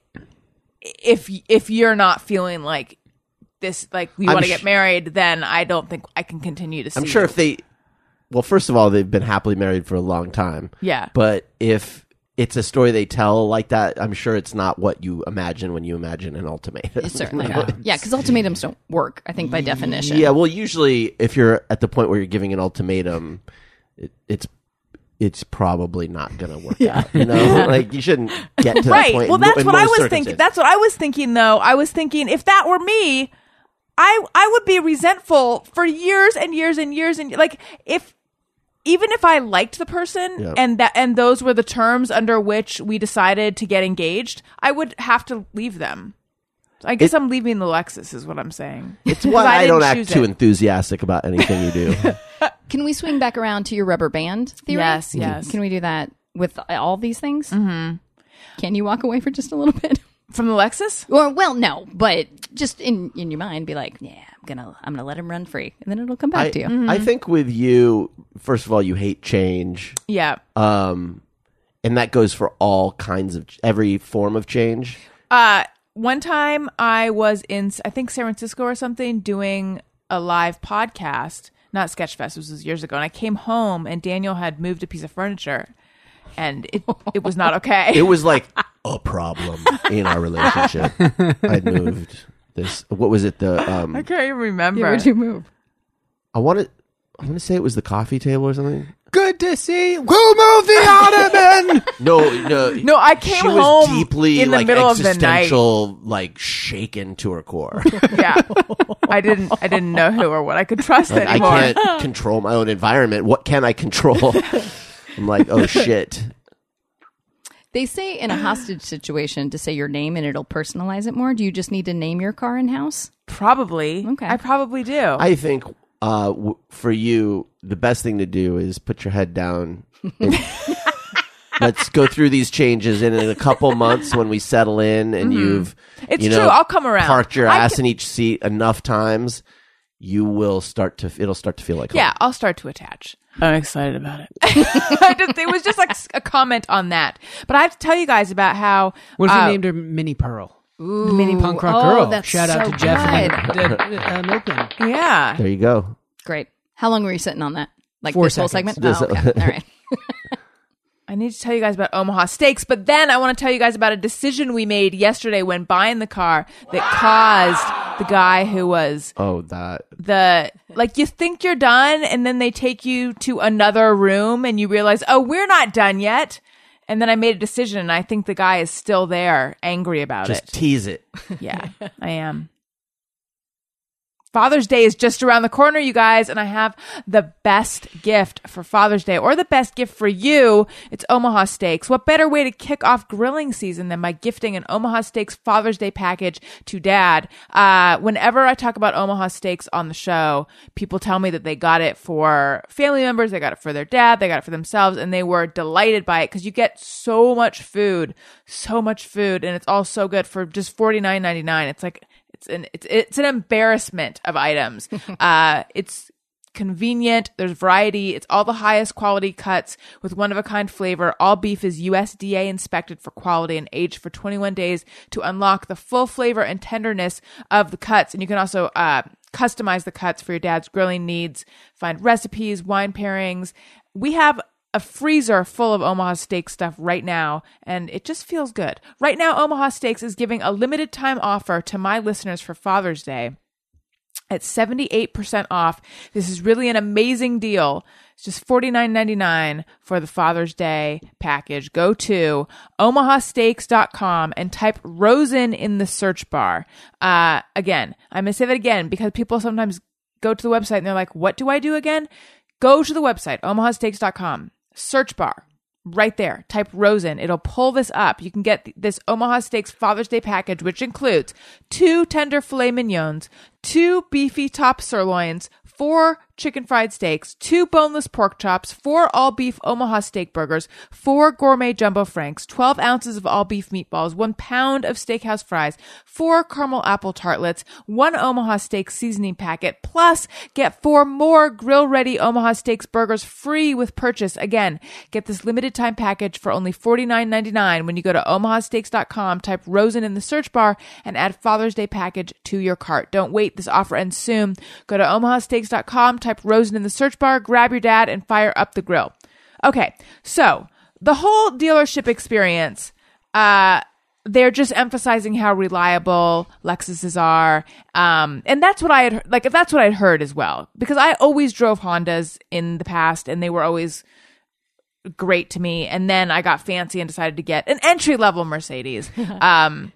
B: if if you're not feeling like this, like you
A: I'm
B: want to
A: sh-
B: get married, then I don't think I can continue to. See
A: I'm sure
B: you.
A: if they, well, first of all, they've been happily married for a long time.
B: Yeah.
A: But if it's a story they tell like that, I'm sure it's not what you imagine when you imagine an ultimatum.
C: Certainly. Yeah, because ultimatums don't work, I think, by definition.
A: Yeah, well, usually if you're at the point where you're giving an ultimatum, it, it's it's probably not going to work out. You know, like you shouldn't get to that
B: right.
A: point.
B: Well,
A: in-
B: that's
A: in
B: what I
A: most
B: was thinking.
A: circumstances.
B: That's what I was thinking, though. I was thinking if that were me, I I would be resentful for years and years and years and like if even if I liked the person
A: Yeah.
B: and that and those were the terms under which we decided to get engaged, I would have to leave them. I guess I'm leaving the Lexus, is what I'm saying.
A: It's why I,
B: didn't
A: don't act
B: choose
A: too
B: it.
A: enthusiastic about anything you do.
C: Can we swing back around to your rubber band theory?
B: Yes, yes.
C: Can we do that with all these things? Mm-hmm. Can you walk away for just a little bit?
B: From the Lexus?
C: Or well, no, but just in in your mind, be like, yeah, I'm gonna I'm gonna let him run free, and then it'll come back
A: I,
C: to you.
A: I think with you, first of all, you hate change.
B: Yeah.
A: um, and that goes for all kinds of every form of change.
B: Uh, one time I was in, I think San Francisco or something, doing a live podcast, not Sketchfest, this was years ago, and I came home and Daniel had moved a piece of furniture, and it it was not okay.
A: It was like a problem in our relationship. I moved this. What was it? The
B: I
A: um,
B: can't even remember.
C: Where'd you move?
A: I wanted. I want to say it was the coffee table or something.
D: Good to see. Who moved the ottoman?
A: No, no,
B: No, I came
A: she was
B: home
A: deeply
B: in the
A: like
B: middle of the night.
A: existential, like shaken to her core.
B: yeah, I didn't I didn't know who or what I could trust
A: Like, I
B: anymore.
A: can't control my own environment. What can I control? I'm like, oh shit.
C: They say in a hostage situation to say your name and it'll personalize it more. Do you just need to name your car and house?
B: Probably,
C: Okay.
B: I probably do.
A: I think uh, w- for you, the best thing to do is put your head down. And let's go through these changes, and in a couple months, when we settle in, and you've
B: Mm-hmm. It's
A: you know,
B: true, I'll come around.
A: Parked your
B: I
A: ass in each seat enough times, you will start to. It'll start to feel like home.
B: Yeah, I'll start to attach. I'm excited about it. I just, it was just like s- a comment on that. But I have to tell you guys about how
D: What if
B: uh,
D: we named her Minnie Pearl?
C: Ooh,
D: Mini punk rock
C: oh,
D: girl.
C: That's
D: Shout out
C: so
D: to Jeff and
C: good.
D: uh, uh, Milkman.
B: Yeah.
A: there you go.
C: Great. How long were you sitting on that? Like
D: Four
C: this whole
D: seconds.
C: segment? Oh, okay. All right.
B: I need to tell you guys about Omaha Steaks, but then I want to tell you guys about a decision we made yesterday when buying the car that caused the guy who was
A: Oh, that.
B: the like you think you're done and then they take you to another room and you realize oh we're not done yet and then i made a decision and i think the guy is still there angry about
A: Just
B: it
A: tease it.
B: yeah i am father's day is just around the corner you guys and i have the best gift for father's day or the best gift for you it's omaha steaks what better way to kick off grilling season than by gifting an omaha steaks father's day package to dad uh, whenever i talk about omaha steaks on the show people tell me that they got it for family members they got it for their dad they got it for themselves and they were delighted by it because you get so much food so much food and it's all so good for just $49.99 it's like it's an it's it's an embarrassment of items. uh, it's convenient. There's variety. It's all the highest quality cuts with one of a kind flavor. All beef is USDA inspected for quality and aged for 21 days to unlock the full flavor and tenderness of the cuts. And you can also uh, customize the cuts for your dad's grilling needs. Find recipes, wine pairings. We have a freezer full of Omaha Steak stuff right now, and it just feels good. Right now, Omaha Steaks is giving a limited time offer to my listeners for Father's Day at 78% off. This is really an amazing deal. It's just $49.99 for the Father's Day package. Go to omahasteaks.com and type Rosen in the search bar. Uh, again, I'm going to say that again because people sometimes go to the website and they're like, what do I do again? Go to the website, omahasteaks.com, search bar, right there. Type Rosen. It'll pull this up. You can get th- this Omaha Steaks Father's Day package, which includes two tender filet mignons, two beefy top sirloins, four chicken fried steaks, two boneless pork chops, four all beef Omaha steak burgers, four gourmet jumbo franks, 12 ounces of all beef meatballs, one pound of steakhouse fries, four caramel apple tartlets, one Omaha steak seasoning packet, plus get four more grill ready Omaha steaks burgers free with purchase. Again, get this limited time package for only $49.99 when you go to omahasteaks.com, type Rosen in the search bar, and add Father's Day package to your cart. Don't wait, this offer ends soon. Go to omahasteaks.com, type Rosen in the search bar, grab your dad, and fire up the grill. Okay, so the whole dealership experience, uh, they're just emphasizing how reliable Lexuses are, um, and that's what I had like. That's what I'd heard as well, because I always drove Hondas in the past, and they were always great to me. And then I got fancy and decided to get an entry level Mercedes, um,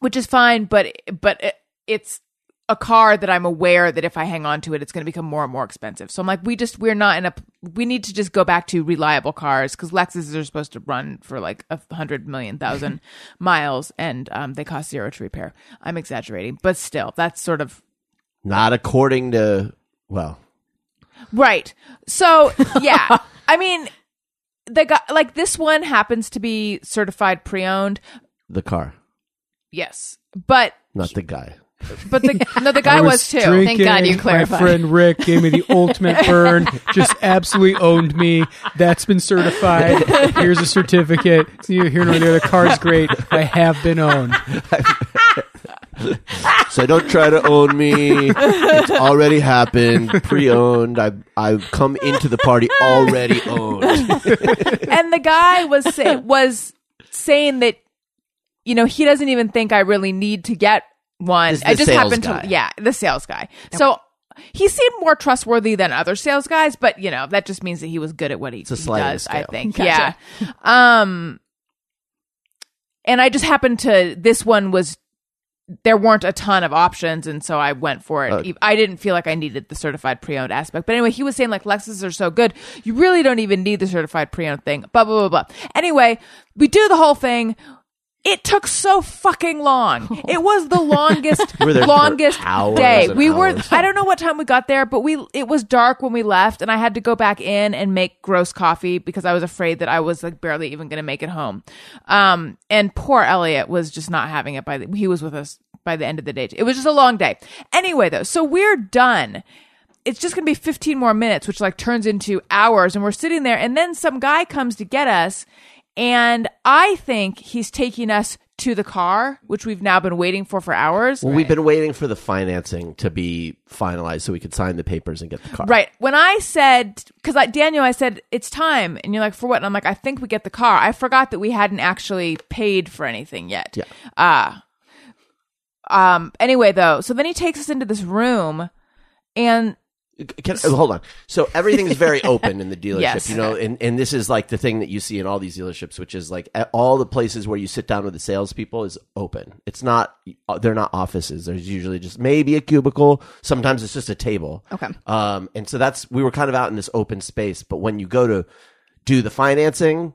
B: which is fine, but but it, it's a car that I'm aware that if I hang on to it, it's going to become more and more expensive. So I'm like, we just we're not in a we need to just go back to reliable cars because Lexuses are supposed to run for like a hundred million thousand miles, and um, they cost zero to repair. I'm exaggerating, but still, that's sort of
A: Not according to, well,
B: Right. So yeah, I mean, the guy like this one happens to be certified pre-owned.
A: the car,
B: Yes, but
A: not the guy.
B: but the no the guy was, too.
C: Thank God you clarified.
F: My friend Rick gave me the ultimate burn. Just absolutely owned me. That's been certified. Here's a certificate. It's neither here nor there. The car's great. I have been owned.
A: So don't try to own me. It's already happened. Pre-owned. I I've come into the party already owned.
B: and the guy was say, was saying that you know he doesn't even think I really need to get one.
A: This is
B: I
A: the
B: just
A: sales
B: happened
A: guy.
B: to yeah the sales guy. So. He seemed more trustworthy than other sales guys, but you know that just means that he was good at what he,
A: a
B: he
A: sliding
B: does. I
A: scale.
B: think,
C: Gotcha.
B: yeah. Um, and I just happened to this one was there weren't a ton of options, and so I went for it. E,
A: Okay.
B: I didn't feel like I needed the certified pre-owned aspect, but anyway, he was saying like Lexus are so good, you really don't even need the certified pre-owned thing. Blah blah blah blah. Anyway, we do the whole thing. It took so fucking long. It was the longest,
A: We were there for
B: longest
A: hours
B: day.
A: and
B: We were.
A: hours.
B: I don't know what time we got there, but we. It was dark when we left, and I had to go back in and make gross coffee because I was afraid that I was like barely even going to make it home. Um, and poor Elliot was just not having it. By the, he was with us by the end of the day. It was just a long day. Anyway, though, so we're done it's just going to be 15 more minutes, which like turns into hours. And we're sitting there, and then some guy comes to get us. And I think he's taking us to the car, which we've now been waiting for for hours.
A: Well, we've been waiting for the financing to be finalized so we could sign the papers and get the car.
B: Right. When I said, because I, Daniel, I said, it's time. And you're like, for what? And I'm like, I think we get the car. I forgot that we hadn't actually paid for anything yet.
A: Yeah.
B: Uh, Um, anyway, though, so then he takes us into this room, and
A: Can, oh, hold on. So everything's very open in the dealership,
B: Yes.
A: you know, and, and this is like the thing that you see in all these dealerships, which is like at all the places where you sit down with the salespeople is open. It's not, uh, they're not offices. There's usually just maybe a cubicle. Sometimes it's just a table.
C: Okay.
A: Um, and so that's, we were kind of out in this open space, but when you go to do the financing,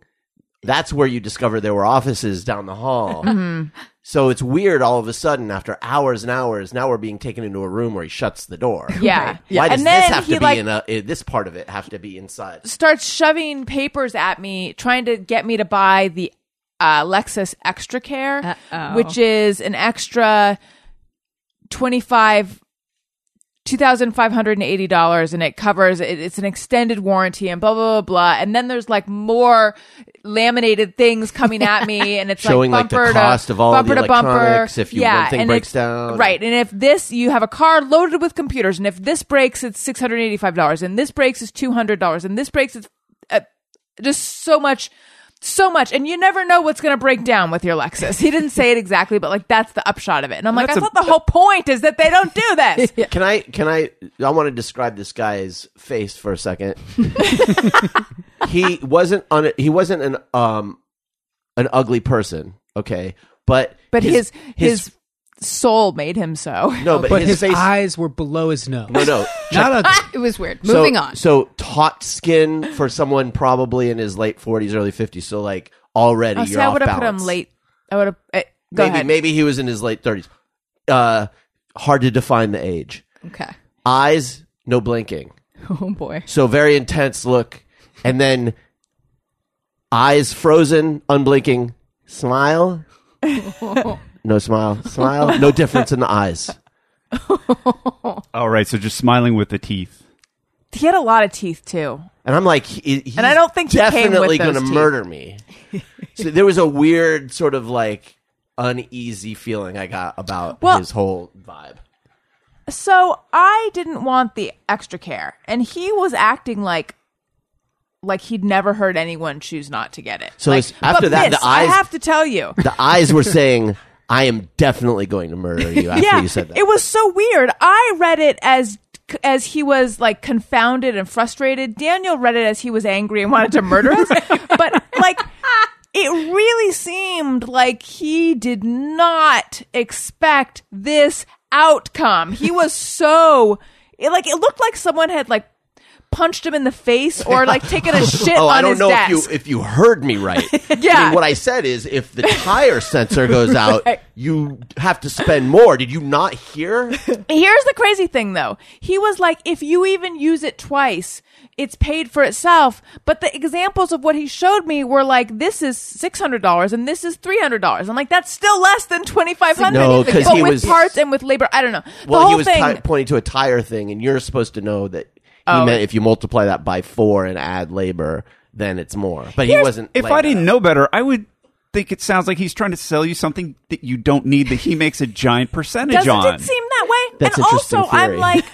A: that's where you discover there were offices down the hall.
B: Mm-hmm.
A: So it's weird all of a sudden after hours and hours, now we're being taken into a room where he shuts the door.
B: yeah,
A: Why does
B: and then
A: this have
B: he
A: to be
B: like
A: in a, eh, this part of it have to be inside?
B: starts shoving papers at me, trying to get me to buy the uh, Lexus Extra Care,
C: Uh-oh.
B: which is an extra twenty five. Two thousand five hundred and eighty dollars, and it covers. It, it's an extended warranty, and blah blah blah blah. And then there's like more laminated things coming at me, and it's
A: Showing, like,
B: like
A: the
B: bumper
A: cost
B: to,
A: of all the
B: bumper to bumper.
A: electronics if you-
B: yeah,
A: one thing
B: and
A: breaks
B: it's-
A: down.
B: right? And if this, you have a car loaded with computers, and if this breaks, it's six hundred eighty-five dollars, and this breaks is two hundred dollars, and this breaks is uh, just so much, so much, and you never know what's going to break down with your Lexus. He didn't say it exactly, but like that's the upshot of it. And I'm like, I
E: That's a-
B: thought the whole point is that they don't do this.
A: Can I, can I, I want to describe this guy's face for a second. he wasn't on, he wasn't an, um, an ugly person. Okay. But,
B: But his his, soul made him so.
A: no, but,
D: But
A: his,
D: his,
A: face,
D: eyes were below his nose.
A: no, no,
D: Not ugly.
C: It was weird.
A: So-
C: Moving on.
A: So taut skin for someone probably in his late forties, early fifties. So like already
B: Oh,
A: you're
B: see, I
A: off
B: would have
A: balance.
B: put him late. I would have. Uh, go
A: Maybe
B: ahead.
A: maybe he was in his late thirties. Uh, hard to define the age.
C: okay.
A: Eyes no blinking,
C: Oh boy.
A: so very intense look, and then eyes frozen, unblinking, smile. No smile, smile. No difference in the eyes.
E: All right, so just smiling with the teeth.
B: He had a lot of teeth too.
A: And I'm like, he, he's
B: And I don't think he came with
A: definitely
B: those
A: gonna
B: teeth.
A: murder me. so there was a weird sort of like uneasy feeling I got about
B: Well-
A: his whole vibe.
B: So I didn't want the extra care, and he was acting like like he'd never heard anyone choose not to get it.
A: So
B: Like,
A: it's- after
B: but
A: that,
B: miss,
A: the eyes-
B: I have to tell you.
A: The eyes were saying, "I am definitely going to murder you." After
B: yeah,
A: you said that,
B: it was so weird. I read it as as he was like confounded and frustrated. Daniel read it as he was angry and wanted to murder us. but like it really seemed like he did not expect this outcome. He was so it, like it looked like someone had like punched him in the face or like taken a shit
A: oh,
B: on
A: I don't
B: his
A: know
B: desk.
A: if you if you heard me right. I
B: Yeah.
A: mean, what I said is, if the tire sensor goes out, you have to spend more. Did you not hear?
B: Here's the crazy thing though. He was like, if you even use it twice, it's paid for itself. But the examples of what he showed me were like, this is $600 and this is $300. I'm like, that's still less than 2500
A: No, 'cause
B: But
A: he
B: with
A: was-
B: parts and with labor, I don't know. the
A: Well,
B: whole
A: he was
B: thing. Oh.
A: ti- pointing to a tire thing, and you're supposed to know that he meant if you multiply that by four and add labor, then it's more. But he wasn't.
E: If
A: laying
E: I
A: that
E: didn't
A: out.
E: know better, I would think it sounds like he's trying to sell you something that you don't need that he makes a giant percentage
B: doesn't
E: on.
B: it seem that way?
A: That's
B: and
A: interesting
B: also,
A: theory.
B: I'm like,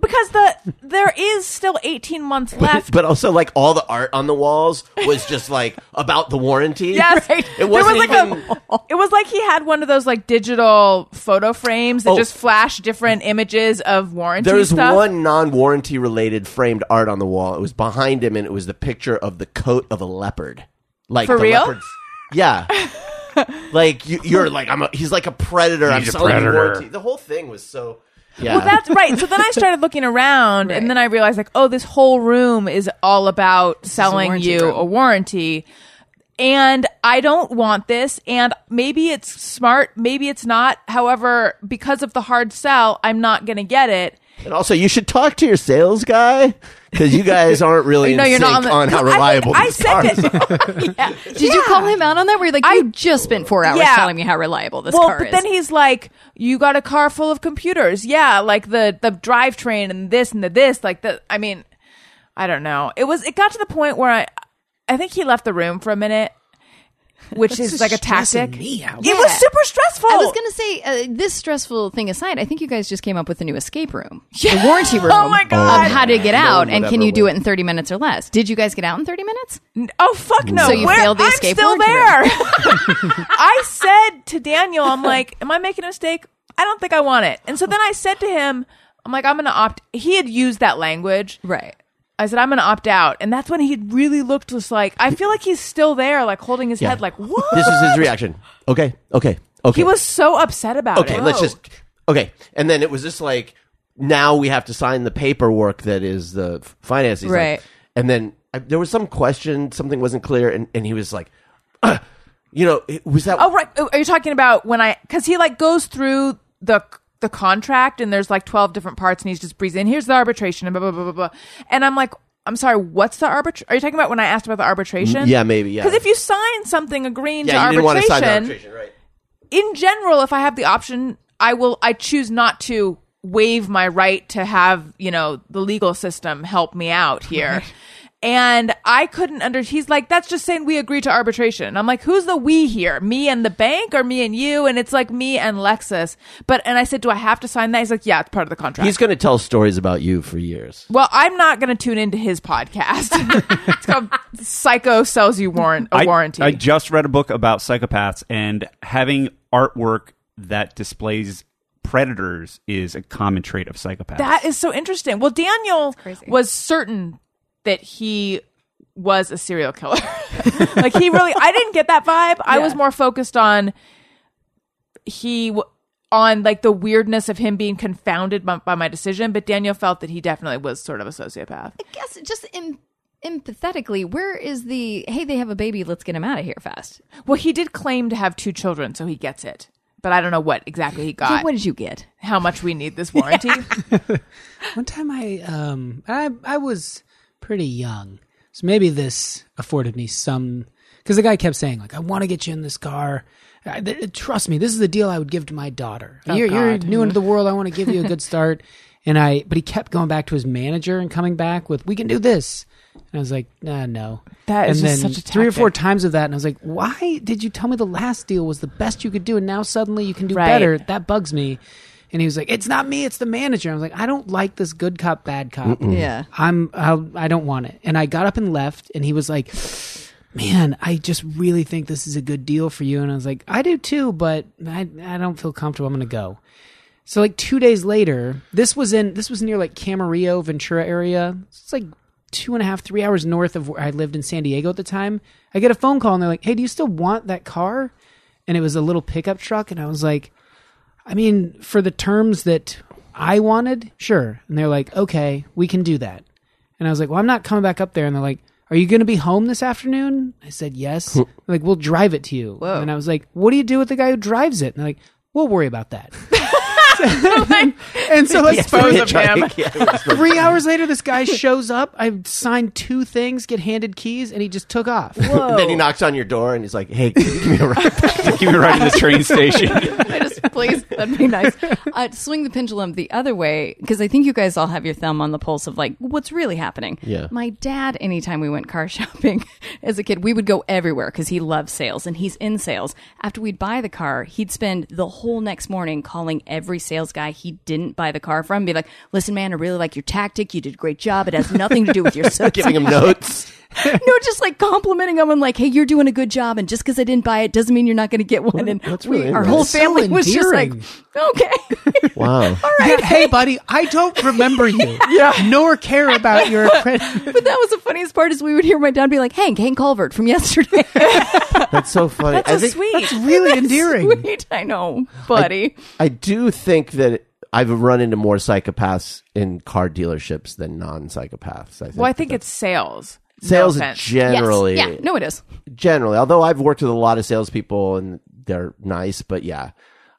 B: because the there is still 18 months left.
A: But also, like all the art on the walls was just like about the warranty.
B: Yes,
A: it wasn't
B: there was
A: even.
B: like a. It was like he had one of those like digital photo frames that
A: Oh.
B: just flash different images of warranty.
A: there was
B: stuff.
A: one non-warranty related framed art on the wall. It was behind him, and it was the picture of the coat of a leopard. Like
B: For
A: the
B: real?
A: leopard's- yeah. like you, you're like I'm. A, he's like a predator. I'm
E: He's a
A: selling you
E: predator.
A: warranty. The whole thing was so. Yeah.
B: Well, Oh, that's right. So then I started looking around, and then I realized like, oh, this whole room is all about selling
C: warranty
B: you
C: room.
B: a warranty. And I don't want this. And maybe it's smart, maybe it's not. However, because of the hard sell, I'm not going to get it.
A: And also, you should talk to your sales guy because you guys aren't really
B: No,
A: in
B: you're
A: sync
B: not on,
A: on,
B: the,
A: how
B: I think
A: reliable
B: I,
A: these
B: said
A: cars
B: it.
A: are.
C: Did you call him out on that? Where you're like, you just spent four hours
B: Yeah.
C: telling me how reliable this
B: well,
C: car
B: but
C: is.
B: then he's like, "You got a car full of computers, yeah, like the the drivetrain and this and the this, like the." I mean, I don't know. It was it got to the point where I, I think he left the room for a minute, which is
D: is
B: like a
D: stressing
B: tactic.
D: me out.
B: It was
C: Yeah.
B: super stressful.
C: I was gonna say uh, this stressful thing aside. I think you guys just came up with a new escape room, the warranty room.
B: Oh my God.
C: Of how to get
A: No
C: out,
A: one
C: and
A: would
C: can
A: ever
C: you do
A: win.
C: it in thirty minutes or less? Did you guys get out in thirty minutes?
B: Oh fuck no!
C: So you
B: Where-
C: failed the
B: I'm
C: escape
B: still
C: warranty
B: there. I said to Daniel, "I'm like, am I making a mistake? I don't think I want it. And so then I said to him, I'm like, I'm going to opt. He had used that language.
C: Right.
B: I said, I'm going to opt out. And that's when he really looked just like, I feel like he's still there, like holding his
A: Yeah.
B: head, like, what?
A: This is his reaction. Okay, okay, okay.
B: He was so upset about
A: okay.
B: it.
A: Let's just okay. And then it was just like now we have to sign the paperwork that is the f- finance. He's like-
C: Right.
A: and then I, there was some question, something wasn't clear, and, and he was like, "Ugh." you know, it- was that
B: Oh, right. Are you talking about when I? Because he like goes through the the contract and there's like twelve different parts, and he's just breezing. in. Here's the arbitration, and blah blah blah blah blah. And I'm like. I'm sorry. What's the arbitration? Are you talking about when I asked about the arbitration?
A: yeah, maybe, yeah.
B: Because if you sign something agreeing
A: yeah, you
B: to
A: didn't want to sign the
B: arbitration,
A: arbitration, right?
B: in general, if I have the option, I will. I choose not to waive my right to have you know the legal system help me out here. And I couldn't under. He's like, that's just saying we agree to arbitration. And I'm like, who's the we here? Me and the bank, or me and you? And it's like me and Lexus. But and I said, do I have to sign that? He's like, yeah, it's part of the contract.
A: He's going to tell stories about you for years.
B: well, I'm not going to tune into his podcast. it's called Psycho Sells You Warrant a
E: I-
B: Warranty.
E: I just read a book about psychopaths and having artwork that displays predators is a common trait of psychopaths.
B: That is so interesting. Well, Daniel
C: crazy.
B: was certain that he was a serial killer. like he really, I didn't get that vibe. I was more focused on he w- on like the weirdness of him being confounded by, by my decision. But Daniel felt that he definitely was sort of a sociopath.
C: guess just em- empathetically, where is the hey? They have a baby. Let's get him out of here fast.
B: Well, he did claim to have two children, so he gets it. But I don't know what exactly he
C: Yeah,
B: got.
C: what did you get?
B: how much we need this warranty?
D: One time I um I I was pretty young. So maybe this afforded me some cuz the guy kept saying like I want to get you in this car. I, th- trust me, this is the deal I would give to my daughter.
B: Oh,
D: you're, you're new into the
B: Mm-hmm.
D: world. I want to give you a good start. And I but he kept going back to his manager and coming back with we can do this. And I was like, nah, no.
B: That is
D: and
B: just
D: then
B: such a
D: three or four
B: tactic.
D: times of that, and I was like, "Why did you tell me the last deal was the best you could do, and now suddenly you can do
B: Right.
D: better?" That bugs me. And he was like, "It's not me, it's the manager." I was like, "I don't like this good cop, bad cop.
C: Yeah.
D: I'm, I'll, I don't want it." And I got up and left, and he was like, "Man, I just really think this is a good deal for you." And I was like, "I do too, but I, I don't feel comfortable. I'm gonna go." So like two days later, this was in this was near like Camarillo, Ventura area. It's like two and a half, three hours north of where I lived in San Diego at the time. I get a phone call and they're like, "Hey, do you still want that car?" And it was a little pickup truck, and I was like, "I mean, for the terms that I wanted, sure." And they're like, "Okay, we can do that." And I was like, "Well, I'm not coming back up there." And they're like, "Are you going to be home this afternoon?" I said, "Yes." They're like, "We'll drive it to you." And I was like, "What do you do with the guy who drives it?" And they're like, "We'll worry about that." and so I suppose
A: Yeah, like, yeah, it was like-
D: Three hours later, this guy shows up. I signed two things, get handed keys, and he just took off.
A: then he knocks on your door and he's like, "Hey, can you give me a ride?"
E: Give me a ride to the train station.
C: I just please that'd be nice. Uh, to swing the pendulum the other way because I think you guys all have your thumb on the pulse of like what's really happening.
A: Yeah.
C: My dad, anytime we went car shopping as a kid, we would go everywhere because he loves sales and he's in sales. After we'd buy the car, he'd spend the whole next morning calling every sales guy he didn't buy the car from, and be like, "Listen, man, I really like your tactic. You did a great job. It has nothing to do with your
A: giving him notes.
C: no, just like complimenting them and like, hey, you're doing a good job, and just because I didn't buy it doesn't mean you're not going to get one. And
A: that's
C: we-
A: really
C: our whole
D: interesting.
C: family
D: So
C: was just like,
D: endearing.
C: okay,
A: Wow.
D: Yeah, hey, buddy, I don't remember you, yeah. nor care about your credit.
C: but that was the funniest part is we would hear my dad be like, Hank, Hank Culvert from yesterday.
A: That's so funny.
B: That's so
A: I think-
B: sweet.
D: It's really endearing.
C: Sweet, I know, buddy.
A: I do think that I've run into more psychopaths in car dealerships than non-psychopaths. I think.
B: well, I think it's sales. No
A: sales
B: offense.
A: generally,
C: yes. yeah, no, it is.
A: generally. Although I've worked with a lot of salespeople and they're nice, but yeah,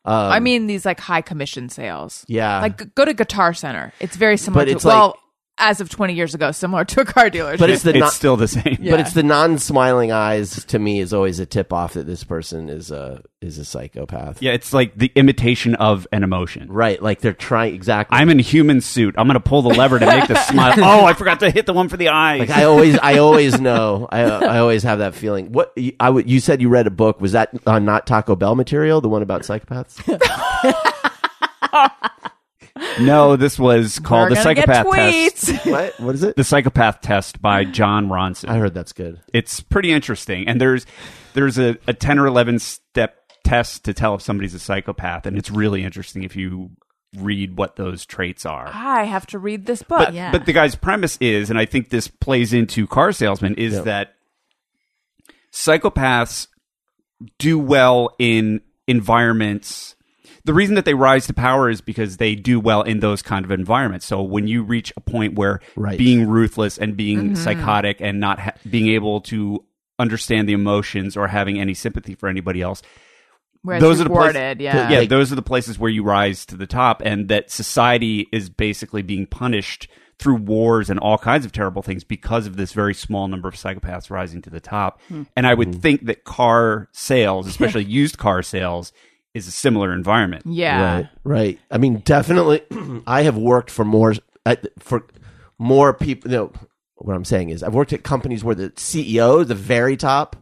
B: I mean these like high commission sales.
A: Yeah.
B: Like g- go to Guitar Center. It's very similar
A: But
B: to
A: it's like-
B: well, as of 20 years ago, similar to a car dealership.
A: but it's the
E: it's
A: non-
E: still the same.
A: but it's the non-smiling eyes to me is always a tip off that this person is a is a psychopath.
E: Yeah, it's like the imitation of an emotion.
A: Right, like they're trying exactly.
E: I'm in human suit. I'm going to pull the lever to make the smile. Oh, I forgot to hit the one for the eyes.
A: Like, I always, I always know. I, I always have that feeling. What you- I would, you said you read a book. Was that on not Taco Bell material? The one about psychopaths?
E: no, this was
B: We're
E: called the
B: gonna get
E: psychopath test.
B: tweets.
A: what? What is it?
E: The psychopath test by John Ronson.
A: I heard that's good.
E: it's pretty interesting and there's there's a, a 10 or 11 step tests to tell if somebody's a psychopath, and it's really interesting if you read what those traits are.
B: I have to read this book.
E: But,
C: yeah.
E: but the guy's premise is, and I think this plays into car salesman, is that psychopaths do well in environments. The reason that they rise to power is because they do well in those kind of environments. So when you reach a point where
A: Right.
E: being ruthless and being psychotic and not ha- being able to understand the emotions or having any sympathy for anybody else,
B: Where
E: those
B: it's
E: are the places-
B: rewarded. yeah.
E: yeah,
A: Like-
E: those are the places where you rise to the top, and that society is basically being punished through wars and all kinds of terrible things because of this very small number of psychopaths rising to the top.
B: Hmm.
E: And I would think that car sales, especially used car sales, is a similar environment.
B: Yeah.
A: Right, right. I mean, definitely. I have worked for more at, for more people. No, what I'm saying is, I've worked at companies where the CEO, the very top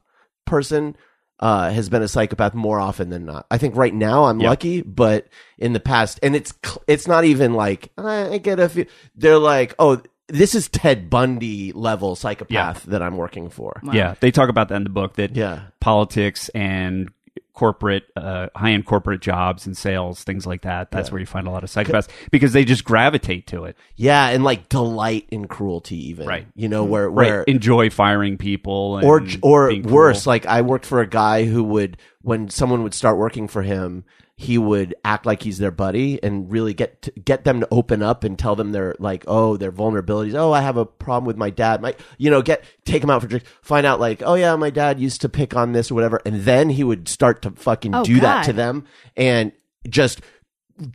A: person, uh, has been a psychopath more often than not. I think right now I'm
E: Yeah.
A: lucky, but in the past, and it's cl- it's not even like "Eh, I I get a few. They're like, oh, this is Ted Bundy level psychopath that I'm working for.
E: Yeah, they talk about that in the book that
A: Yeah.
E: politics and corporate uh, high-end corporate jobs and sales things like that that's where you find a lot of psychopaths because they just gravitate to it
A: Yeah, and like delight in cruelty, even
E: Right. Mm-hmm.
A: You know where
E: right
A: where
E: enjoy firing people and
A: or or
E: being cruel.
A: worse like i worked for a guy who would when someone would start working for him he would act like he's their buddy and really get to, get them to open up and tell them their like oh their vulnerabilities oh i have a problem with my dad my you know get take him out for drinks find out like oh yeah my dad used to pick on this or whatever and then he would start to fucking
C: Oh,
A: do that
C: God.
A: to them and just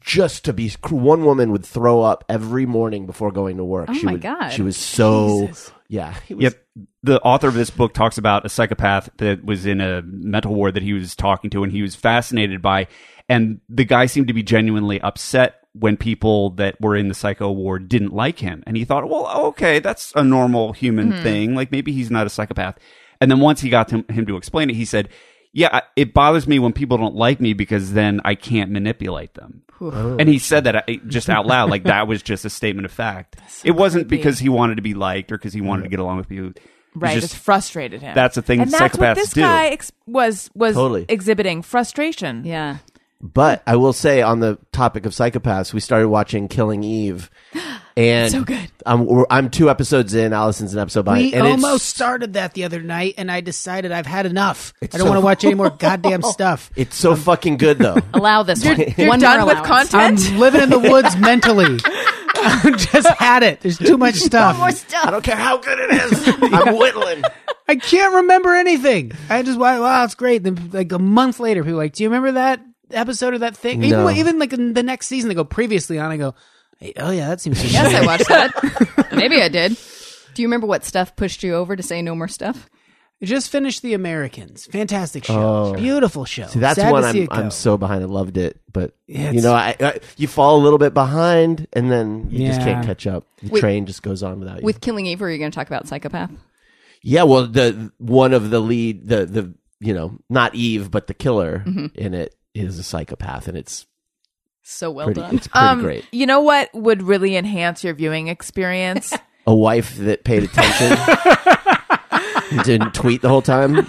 A: just to be cr- one woman would throw up every morning before going to work
C: Oh,
A: she
C: my
A: would,
C: God.
A: she was so yeah he was
E: Yep. The author of this book talks about a psychopath that was in a mental ward that he was talking to and he was fascinated by. And the guy seemed to be genuinely upset when people that were in the psycho ward didn't like him. And he thought, well, okay, that's a normal human thing. Like maybe he's not a psychopath. And then once he got to him to explain it, he said, yeah, I- it bothers me when people don't like me because then I can't manipulate them. And he said that uh, just out loud, like that was just a statement of fact. it wasn't because he wanted to be liked or because he wanted to get along with people. It's
B: Right.
E: just-
B: it's frustrated him.
E: that's a thing
B: and that's
E: psychopaths
B: what this
E: do.
B: guy ex- was was
A: Totally.
B: exhibiting frustration.
C: Yeah.
A: But I will say, on the topic of psychopaths, we started watching Killing Eve, and so
C: good.
A: I'm we're- I'm two episodes in. Allison's an episode behind,
D: We
A: and it's-
D: almost started that the other night, and I decided I've had enough. I don't
A: so-
D: want to watch any more goddamn stuff.
A: It's so fucking good though.
D: Oh.
C: Allow this one.
B: You're
C: One
B: done
C: more
B: with
C: allowance.
D: I'm
B: content.
D: living in the woods mentally. I just had it. There's too much stuff.
A: I don't care how good it is. I'm whittling.
D: I can't remember anything. I just wow, wow, it's great. Then like a month later, people are like, do you remember that episode or that thing? Even
A: No.
D: even like in the next season, they go previously on. I go, "Hey, oh yeah, that seems.
C: Yes, I watched that. Maybe I did. Do you remember what stuff pushed you over to say no more stuff?
D: Just finished The Americans. Fantastic show. Beautiful show.
A: Oh. See, that's
D: Sad
A: one
D: to see
A: I'm
D: it go.
A: I'm so behind. I loved it, but
D: Yeah,
A: you know, I, I you fall a little bit behind, and then you just
D: Yeah.
A: can't catch up. The train just goes on without you.
C: With Killing Eve, are you going to talk about psychopath?
A: yeah, well, the one of the lead, the the you know, not Eve, but the killer
D: Mm-hmm.
A: in it is a psychopath, and it's
C: So well
A: pretty.
C: done.
A: It's pretty
E: Um,
D: Um,
A: great.
B: Um, You know what would really enhance your viewing experience?
A: a wife that paid attention and didn't tweet the whole time.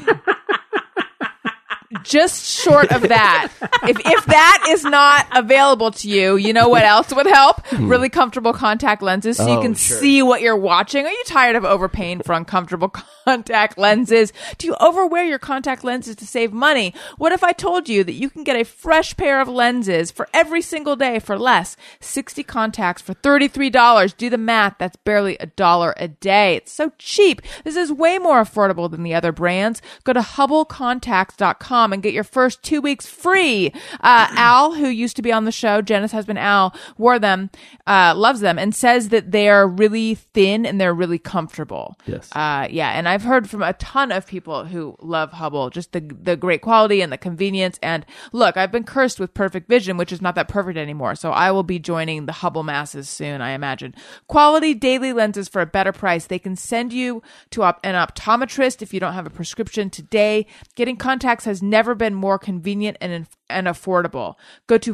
B: Just short of that. if if that is not available to you, you know what else would help? Really comfortable contact lenses so you
A: Hmm. Oh,
B: can
A: sure.
B: see what you're watching. Are you tired of overpaying for uncomfortable contact lenses? Do you overwear your contact lenses to save money? What if I told you that you can get a fresh pair of lenses for every single day for less? 60 contacts for $33. Do the math. That's barely a dollar a day. It's so cheap. This is way more affordable than the other brands. Go to hubblecontacts.com and get your first two weeks free. Uh, Al, who used to be on the show, Jenna's husband Al, wore them, uh, loves them, and says that they are really thin and they're really comfortable.
A: Yes.
B: Uh, yeah, and I've heard from a ton of people who love Hubble, just the the great quality and the convenience. And look, I've been cursed with perfect vision, which is not that perfect anymore. So I will be joining the Hubble masses soon, I imagine. Quality daily lenses for a better price. They can send you to op- an optometrist if you don't have a prescription today. Getting contacts has never never been more convenient and, inf- and affordable. Go to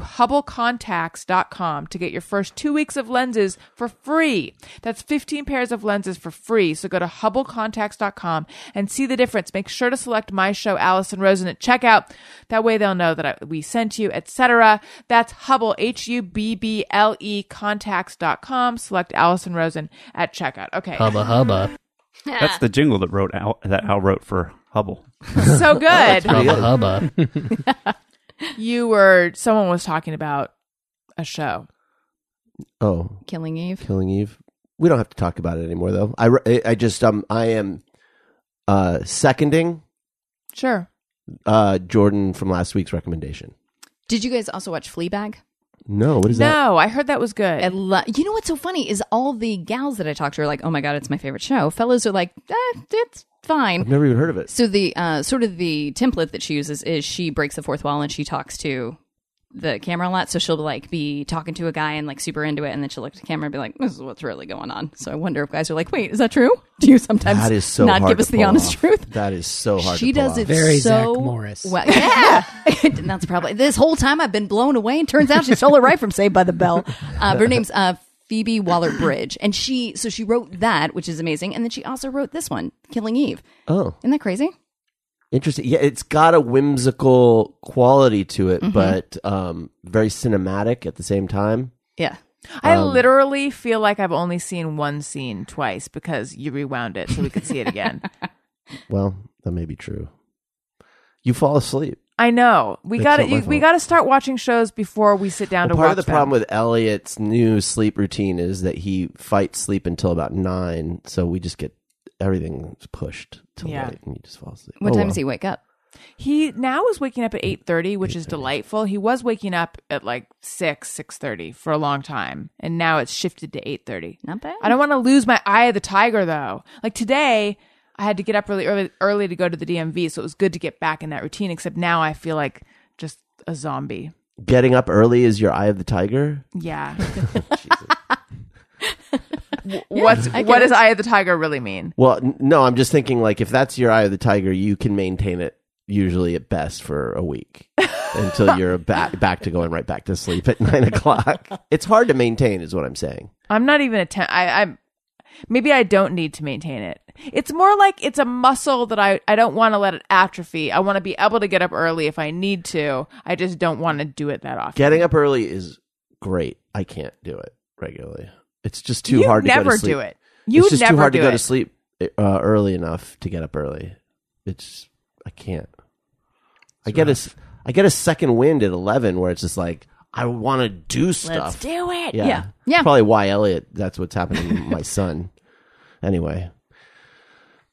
B: hubblecontacts.com to get your first two weeks of lenses for free. That's 15 pairs of lenses for free. So go to hubblecontacts.com and see the difference. Make sure to select my show, Allison Rosen, at checkout. That way they'll know that I, we sent you, etc. That's Hubble, H-U-B-B-L-E E, contacts.com. Select Allison Rosen at checkout. Okay.
G: Hubba hubba.
E: That's the jingle that wrote Al, that Al wrote for Hubble.
B: So good.
G: Hubba hubba.
B: you were someone was talking about a show.
A: Oh,
C: Killing Eve.
A: Killing Eve. We don't have to talk about it anymore, though. I, re- I just um I am uh seconding
B: Sure.
A: uh Jordan from last week's recommendation.
C: Did you guys also watch Fleabag?
A: No, what is that?
B: No, I heard that was good.
C: I lo- you know what's so funny is all the gals that I talked to are like, oh my God, it's my favorite show. Fellows are like, eh, it's
A: I've
C: fine.
A: never even heard of it.
C: So the uh, sort of the template that she uses is she breaks the fourth wall and she talks to the camera a lot. So she'll like be talking to a guy and like super into it, and then she'll look at the camera and be like, "This is what's really going on." So I wonder if guys are like, "Wait, is that true? Do you sometimes
A: That is so
C: not
A: hard
C: give
A: to
C: us the
A: pull
C: honest
A: off.
C: truth?"
A: That is so hard.
C: she
A: to pull
C: does it
A: off.
D: Very
C: so
D: Zach Morris.
C: well. Yeah, And that's probably this whole time I've been blown away. And turns out she stole it right from Saved by the Bell. Uh, her name's uh, Phoebe Waller Bridge, and she so she wrote that, which is amazing, and then she also wrote this one, Killing Eve.
A: Oh,
C: Isn't that crazy?
A: interesting. Yeah, it's got a whimsical quality to
C: Mm-hmm.
A: it, but um very cinematic at the same time.
C: Yeah.
A: Oh,
B: I
A: Um,
B: literally feel like I've only seen one scene twice because you rewound it so we could see it again.
A: Well, that may be true. You fall asleep.
B: I know we
A: That's
B: got
A: not my
B: to we
A: fault.
B: got to start watching shows before we sit down
A: Well,
B: to
A: part
B: watch
A: of the
B: them.
A: problem with Elliot's new sleep routine is that he fights sleep until about nine, so we just get everything pushed till
B: Yeah.
A: late, and you just fall asleep. Oh,
C: What time
A: well.
C: does he wake up?
B: he now is waking up at eight thirty, which is delightful. He was waking up at like six six thirty for a long time, and now it's shifted to eight thirty.
C: Not bad.
B: I don't want to lose my eye of the tiger though. Like today, I had to get up really early early to go to the DMV, so it was good to get back in that routine. Except now I feel like just a zombie.
A: Getting up early is your eye of the tiger.
B: Yeah. What's
C: I get
B: what does
C: it.
B: eye of the tiger really mean?
A: Well, n- no, I'm just thinking like if that's your eye of the tiger, you can maintain it usually at best for a week until you're back back to going right back to sleep at nine o'clock. It's hard to maintain, is what I'm saying.
B: I'm not even attempt. I, I'm maybe I don't need to maintain it. It's more like it's a muscle that I I don't want to let it atrophy. I want to be able to get up early if I need to. I just don't want to do it that often.
A: Getting up early is great. I can't do it regularly. It's just too
B: you
A: hard to go to
B: never
A: sleep.
B: do it. You
A: it's just
B: never
A: too hard
B: do
A: to go
B: it.
A: to sleep uh, early enough to get up early. It's I can't. I get a s- I get a second wind at eleven where it's just like I want to do stuff.
B: Do it.
A: yeah.
C: Yeah. Yeah.
A: Probably why Elliot. That's what's happening to my son. Anyway,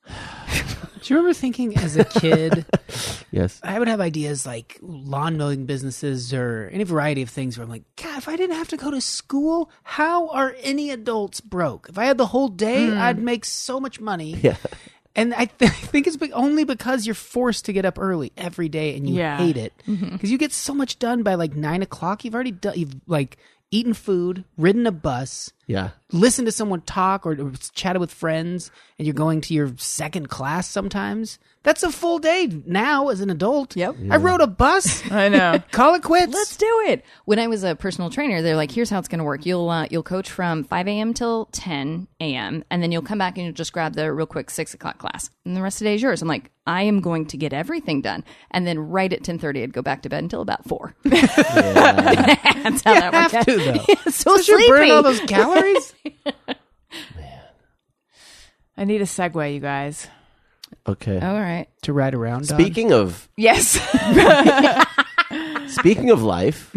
D: Do you remember thinking as a kid
A: yes.
D: I would have ideas like lawn mowing businesses or any variety of things where I'm like, God, if I didn't have to go to school, how are any adults broke? If I had the whole day, I'd make so much money.
A: Hmm. Yeah.
D: And I, th- I think it's be- only because you're forced to get up early every day and you
B: Yeah.
D: hate it because you get so much done by like nine o'clock. You've already done, you've like eaten food, ridden a bus,
A: Yeah.
D: listened to someone talk or, or chatted with friends, and you're going to your second class sometimes. That's a full day now as an adult.
C: Yep.
D: I rode a bus.
B: I know.
D: Call it quits.
C: Let's do it. When I was a personal trainer, they're like, "Here's how it's going to work. You'll uh, you'll coach from 5 a.m. till 10 a.m. and then you'll come back and you'll just grab the real quick six o'clock class, and the rest of the day is yours." I'm like, "I am going to get everything done," and then right at 10:30, I'd go back to bed until about four. That's how that worked.
D: have
C: out.
D: to though.
C: So
D: Don't you burn
C: sleepy.
D: all those calories?
B: I need a segue, you guys. Oh
A: Okay.
C: all right.
D: to ride around. on?
A: Speaking of
B: Yes.
A: speaking of life,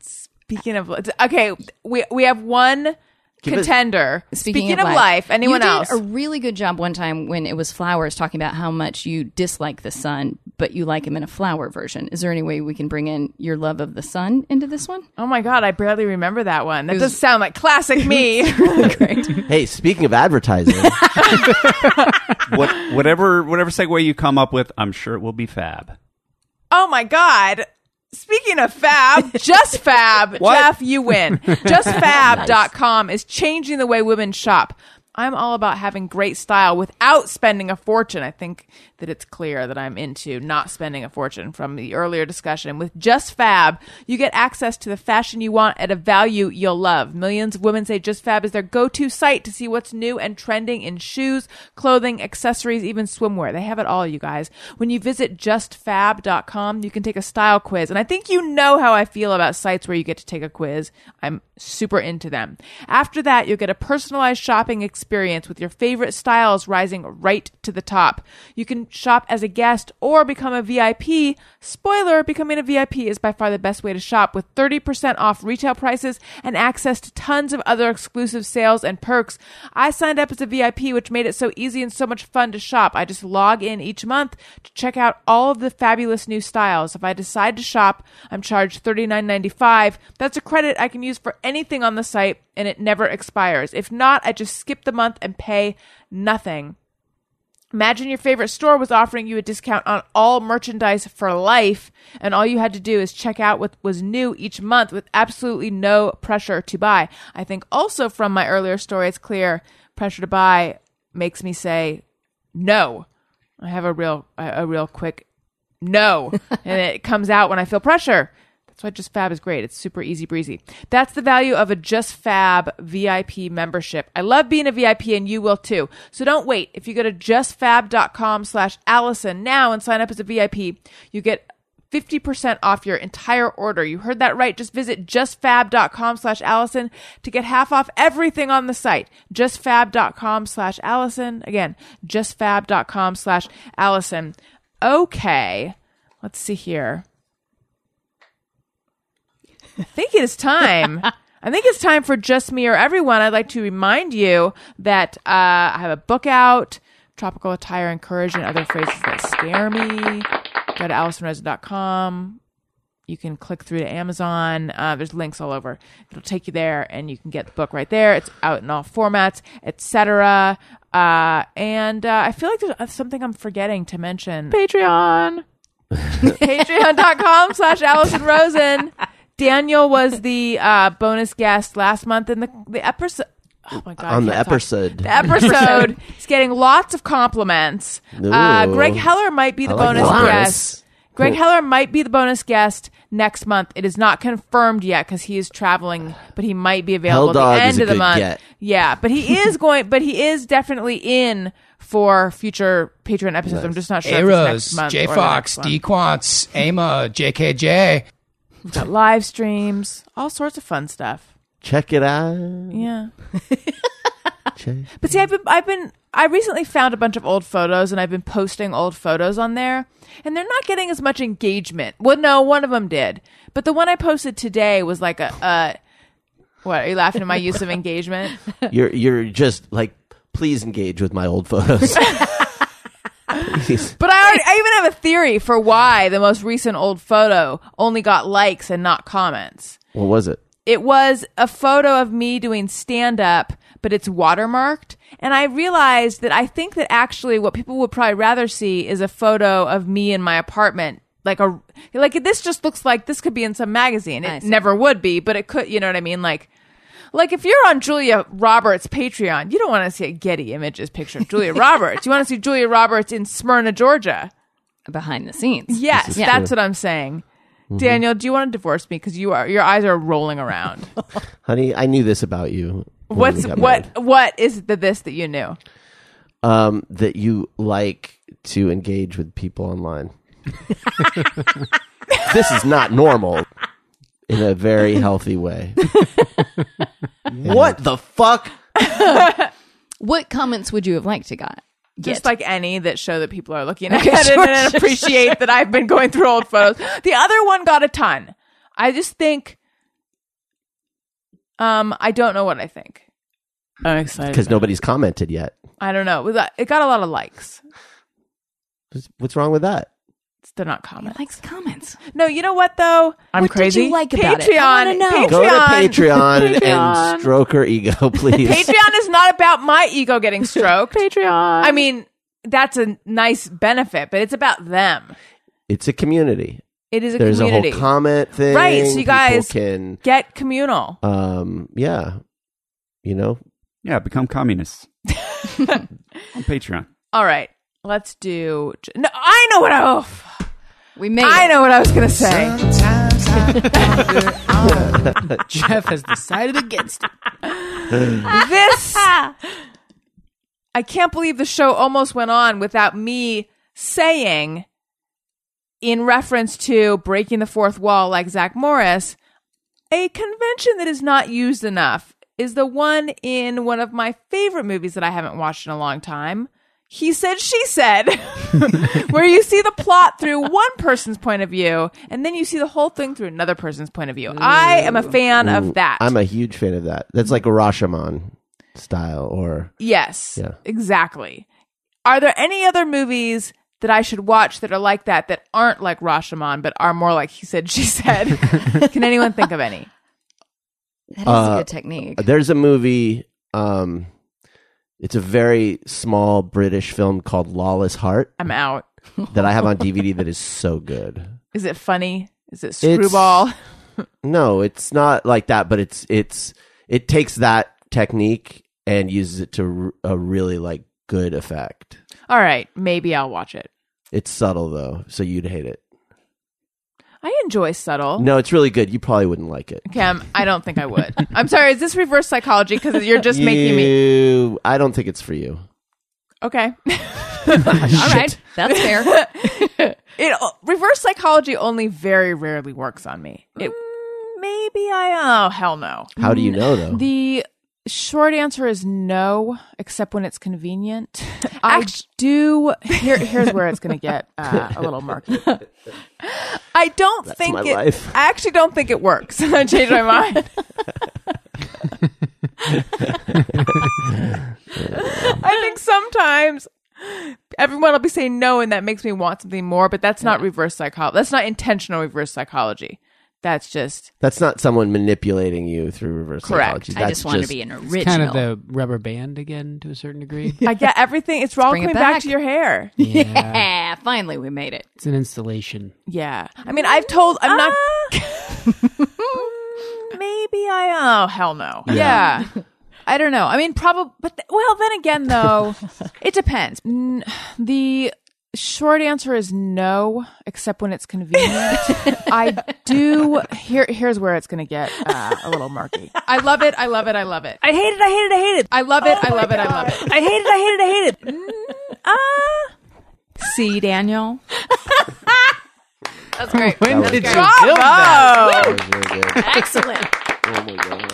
B: Speaking of okay, we we have one
A: us-
B: contender. Speaking, of, life, anyone
C: you
B: else?
C: Did a really good job one time when it was flowers talking about how much you dislike the sun, but you like him in a flower version. Is there any way we can bring in your love of the sun into this one?
B: oh my god, I barely remember that one. That does sound like classic me.
A: hey, speaking of advertising,
E: What whatever whatever segue you come up with, I'm sure it will be fab.
B: Oh my God. Speaking of fab, just fab, Jeff, you win. Justfab.com is changing the way women shop. I'm all about having great style without spending a fortune. I think that it's clear that I'm into not spending a fortune from the earlier discussion. With Just Fab, you get access to the fashion you want at a value you'll love. Millions of women say Just Fab is their go to site to see what's new and trending in shoes, clothing, accessories, even swimwear. They have it all, you guys. When you visit justfab.com, you can take a style quiz. And I think you know how I feel about sites where you get to take a quiz. I'm super into them. After that, you'll get a personalized shopping experience with your favorite styles rising right to the top. You can shop as a guest or become a VIP. Spoiler, becoming a VIP is by far the best way to shop with 30% off retail prices and access to tons of other exclusive sales and perks. I signed up as a VIP, which made it so easy and so much fun to shop. I just log in each month to check out all of the fabulous new styles. If I decide to shop, I'm charged $39.95. That's a credit I can use for anything on the site and it never expires. If not, I just skip the month and pay nothing. Imagine your favorite store was offering you a discount on all merchandise for life, and all you had to do is check out what was new each month with absolutely no pressure to buy. I think also from my earlier story, it's clear pressure to buy makes me say no. I have a real a a real quick no, and it comes out when I feel pressure. That's why Just Fab is great. It's super easy breezy. That's the value of a Just Fab VIP membership. I love being a VIP and you will too. So don't wait. If you go to justfab.com slash Allison now and sign up as a VIP, you get 50% off your entire order. You heard that right. Just visit justfab.com slash Allison to get half off everything on the site. Justfab.com slash Allison. Again, justfab.com slash Allison. Okay. Let's see here. I think it is time. I think it's time for Just Me or Everyone. I'd like to remind you that uh, I have a book out Tropical Attire Encouraged and Other Phrases That Scare Me. Go to AllisonRosa.com. You can click through to Amazon. Uh, there's links all over. It'll take you there, and you can get the book right there. It's out in all formats, etc. Uh, and uh, I feel like there's something I'm forgetting to mention. Patreon. Patreon.com slash Allison Rosen. Daniel was the uh, bonus guest last month in the the episode. Oh my god! I
A: on the
B: can't talk.
A: episode.
B: The episode is getting lots of compliments. Uh,
A: Ooh.
B: Greg Heller might be the
A: I like
B: bonus
A: that.
B: guest. Greg Heller might be the bonus guest next month. It is not confirmed yet because he is traveling, but he might be available at
A: Helldog
B: the
A: is
B: end
A: a
B: of the
A: good
B: month.
A: get.
B: Yeah, but he is going. But he is definitely in for future Patreon episodes. I'm just not sure. if it's
G: Eros,
B: next month
G: J
B: or the
G: Fox,
B: next one.
G: D Quants, Ama, JKJ.
B: We've got live streams, all sorts of fun stuff.
A: Check it out.
B: Yeah.
A: Check.
B: But see, I've been, I've been, I recently found a bunch of old photos, and I've been posting old photos on there, and they're not getting as much engagement. Well, no, one of them did, but the one I posted today was like a, uh, what are you laughing at my use of engagement?
A: You're you're just like please engage with my old photos. Please.
B: But I, already, I even have a theory for why the most recent old photo only got likes and not comments.
A: What was it?
B: it was a photo of me doing stand up, but it's watermarked. And I realized that I think that actually what people would probably rather see is a photo of me in my apartment. Like a like this just looks like this could be in some magazine.
C: I
B: It
C: see.
B: never would be, but it could, you know what I mean? Like like if you're on Julia Roberts Patreon, you don't want to see a Getty Images picture of Julia Roberts. You want to see Julia Roberts in Smyrna, Georgia.
C: behind the scenes.
B: Yes,
C: Yeah.
B: that's what I'm saying.
C: Mm-hmm.
B: Daniel, do you want to divorce me because you are your eyes are rolling around?
A: Honey, I knew this about you. when we
B: What's
A: got married.
B: what what is the this that you knew?
A: Um that you like to engage with people online. this is not normal in a very healthy way. what the fuck?
C: What comments would you have liked to got?
B: Just
C: Get.
B: like any that show that people are looking at
C: Okay,
B: it
C: sure,
B: and
C: sure,
B: appreciate that I've been going through old photos. The other one got a ton. I just think um I don't know what I think. I'm excited.
A: Because nobody's commented yet.
B: I don't know. It got- It got a lot of likes.
A: What's- What's wrong with that?
B: They're not
C: He
B: comments.
C: likes comments.
B: No, you know what though? I'm
C: What did
B: crazy.
C: you like
B: Patreon,
C: about it? I wanna know.
B: Patreon.
A: Go to Patreon,
B: Patreon.
A: and stroke her ego, please.
B: Patreon is not about my ego getting stroked. Patreon. I mean, that's a nice benefit, but it's about them.
A: It's a community.
B: It is a
A: There's
B: community.
A: a whole comment thing.
B: Right, so you
A: People
B: guys-
A: can
B: Get communal.
A: um yeah. You know?
E: Yeah, become communists on Patreon.
B: All right, let's do. No, I know what I. Oh, f-
C: We made
B: I
C: it.
B: know what I was gonna say.
D: Jeff has decided against it.
B: This. I can't believe the show almost went on without me saying, in reference to breaking the fourth wall, like Zach Morris, a convention that is not used enough is the one in one of my favorite movies that I haven't watched in a long time. He said, she said, where you see the plot through one person's point of view and then you see the whole thing through another person's point of view. I am a fan
A: Ooh,
B: of that.
A: I'm a huge fan of that. That's like a Rashomon style, or
B: Yes.
A: Yeah.
B: Exactly. Are there any other movies that I should watch that are like that that aren't like Rashomon but are more like he said she said? Can anyone think of any?
C: That is
A: Uh,
C: a good technique.
A: there's a movie. Um, it's a very small British film called Lawless Heart
B: I'm out.
A: that I have on DVD that is so good.
B: Is it funny? Is it screwball?
A: No, it's not like that, but it's it's it takes that technique and uses it to r- a really like good effect.
B: All right, maybe I'll watch it.
A: It's subtle though, so you'd hate it.
B: I enjoy subtle.
A: No, it's really good. You probably wouldn't like it.
B: Cam, I don't think I would. I'm sorry. Is this reverse psychology? Because you're just making me
A: You- I don't think it's for you.
B: okay.
C: All right, that's fair.
B: It uh, reverse psychology only very rarely works on me. It,
A: Mm.
B: maybe I oh hell no.
A: How do you know though?
B: Mm, The short answer is no, except when it's convenient. I do. Here, here's where it's going to get uh, a little murky. I don't think
A: my
B: it.
A: life.
B: I actually don't think it works. I changed my mind. I think sometimes everyone will be saying no, and that makes me want something more. But that's not reverse psychology. That's not intentional reverse psychology. That's just
A: That's not someone manipulating you through reverse
B: Correct.
A: psychology.
C: I
A: That's
C: just want to be an original.
D: Kind of the rubber band again to a certain degree.
B: I get everything. It's all
C: bring it
B: coming back.
C: back.
B: to your hair.
D: Yeah.
C: yeah, finally we made it.
D: It's an installation.
B: Yeah. I mean, I've told. I'm not. Maybe I. Oh hell no. Yeah. I don't know. I mean, probably. But th- well, then again, though, it depends. N- the short answer is no, except when it's convenient. I do. Here, here's where it's going to get uh, a little murky. I love it. I love it. I love it. I hate it. I hate it. I hate it. I love it. I love it. I love it. I hate it. I hate it. I hate it. Mm, ah.
C: See, Daniel. that's great.
D: When
A: was
D: did you
A: good.
D: build that?
A: That was really good.
C: Excellent.
A: Oh my god.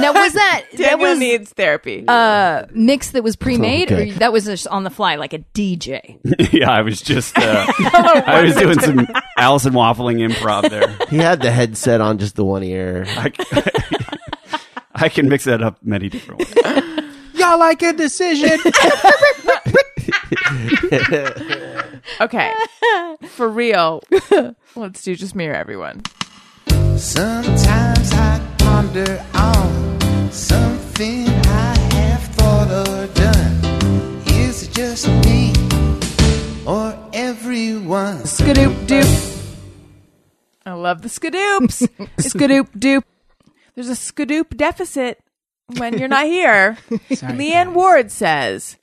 C: Now was that that
B: Daniel
C: was
B: needs therapy.
C: uh mix that was pre-made
A: Okay.
C: or that was just on the fly like a DJ?
E: yeah, I was just uh, I was doing some Allison waffling improv there.
A: He had the headset on just the one ear.
E: I, I can mix that up many different ways.
D: Y'all like a decision.
B: Okay. For real. Let's do just mirror everyone.
H: Sometimes I ponder on something I have thought or done. Is it just me or everyone?
B: Skadoop doop. I love the skadoops. skadoop doop. There's a skadoop deficit when you're not here.
D: Sorry,
B: Leanne Ward says,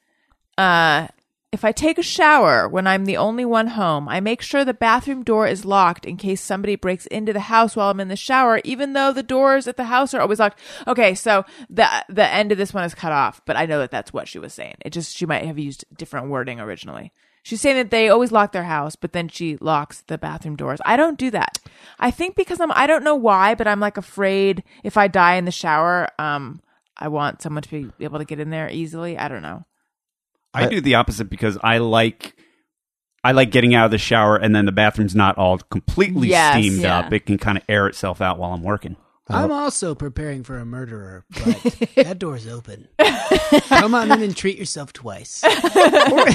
B: uh, if I take a shower when I'm the only one home, I make sure the bathroom door is locked in case somebody breaks into the house while I'm in the shower, even though the doors at the house are always locked. Okay, so the the end of this one is cut off, but I know that that's what she was saying. It just she might have used different wording originally. She's saying that they always lock their house, but then she locks the bathroom doors. I don't do that. I think because I'm I don't know why, but I'm like afraid if I die in the shower, um, I want someone to be able to get in there easily. I don't know.
E: I do the opposite because I like I like getting out of the shower and then the bathroom's not all completely
B: Yes.
E: steamed
C: Yeah.
E: up. It can kind of air itself out while I'm working.
D: I'm also preparing for a murderer, but that door's open. Come on in and treat yourself twice. Or-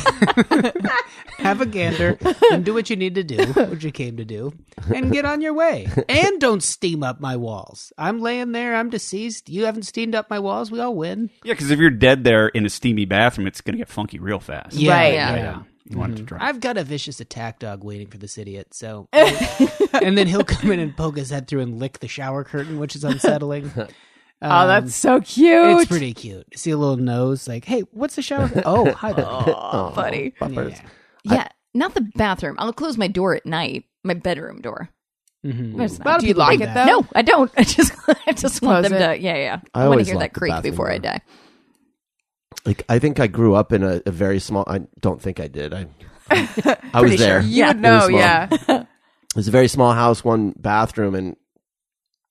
D: Have a gander and do what you need to do, what you came to do, and get on your way. And don't steam up my walls. I'm laying there, I'm deceased. You haven't steamed up my walls. We all win.
E: Yeah, because if you're dead there in a steamy bathroom, it's gonna get funky real fast.
B: Right.
E: Yeah, yeah. You want it to dry.
D: I've got a vicious attack dog waiting for this idiot, so. and then he'll come in and poke his head through and lick the shower curtain, which is unsettling.
B: oh,
D: Um,
B: that's so cute.
D: It's pretty cute. See a little nose, like, hey, what's the shower? oh, hi, baby.
B: oh, funny.
A: Buffers.
C: Yeah, not the bathroom. I'll close my door at night, my bedroom door.
D: Mhm.
B: A
C: That's
B: lot
C: not-
B: of
C: Do you
B: people
C: lock
B: do
C: it
B: that.
C: though? No, I don't. I just I just want
B: Close
C: them
B: it.
C: to. Yeah, yeah.
A: I
C: want
A: always
C: to hear
A: lock
C: that
A: the
C: creak
A: bathroom
C: before I
A: door.
C: die.
A: Like I think I grew up in a, a very small. I don't think I did. I I was there.
B: You would
A: It was
B: know,
A: small.
B: yeah.
A: It was a very small house, one bathroom, and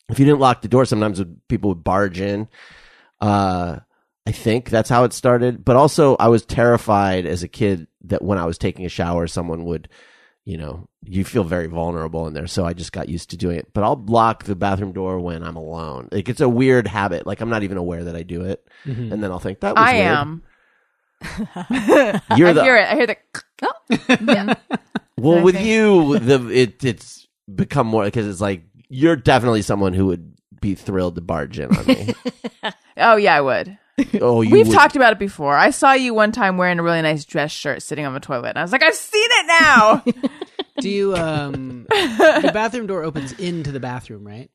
A: if you didn't lock the door, sometimes would- people would barge in. Uh, I think that's how it started. But also, I was terrified as a kid that when I was taking a shower, someone would, you know, you feel very vulnerable in there. So I just got used to doing it. But I'll lock the bathroom door when I'm alone. Like it's a weird habit. Like I'm not even aware that I do it, and then I'll think that was
B: I
A: weird."
B: am.
A: You're
B: I
A: the
B: hear it. I hear the. Oh.
A: Well,
B: I
A: with
B: think-
A: you, the it it's become more because it's like you're definitely someone who would be thrilled to barge in on me.
B: Oh yeah, I would.
A: oh, you
B: We've
A: would-
B: talked about it before. I saw you one time wearing a really nice dress shirt sitting on the toilet, and I was like, I've seen it now.
D: Do you, um, the bathroom door opens into the bathroom, right?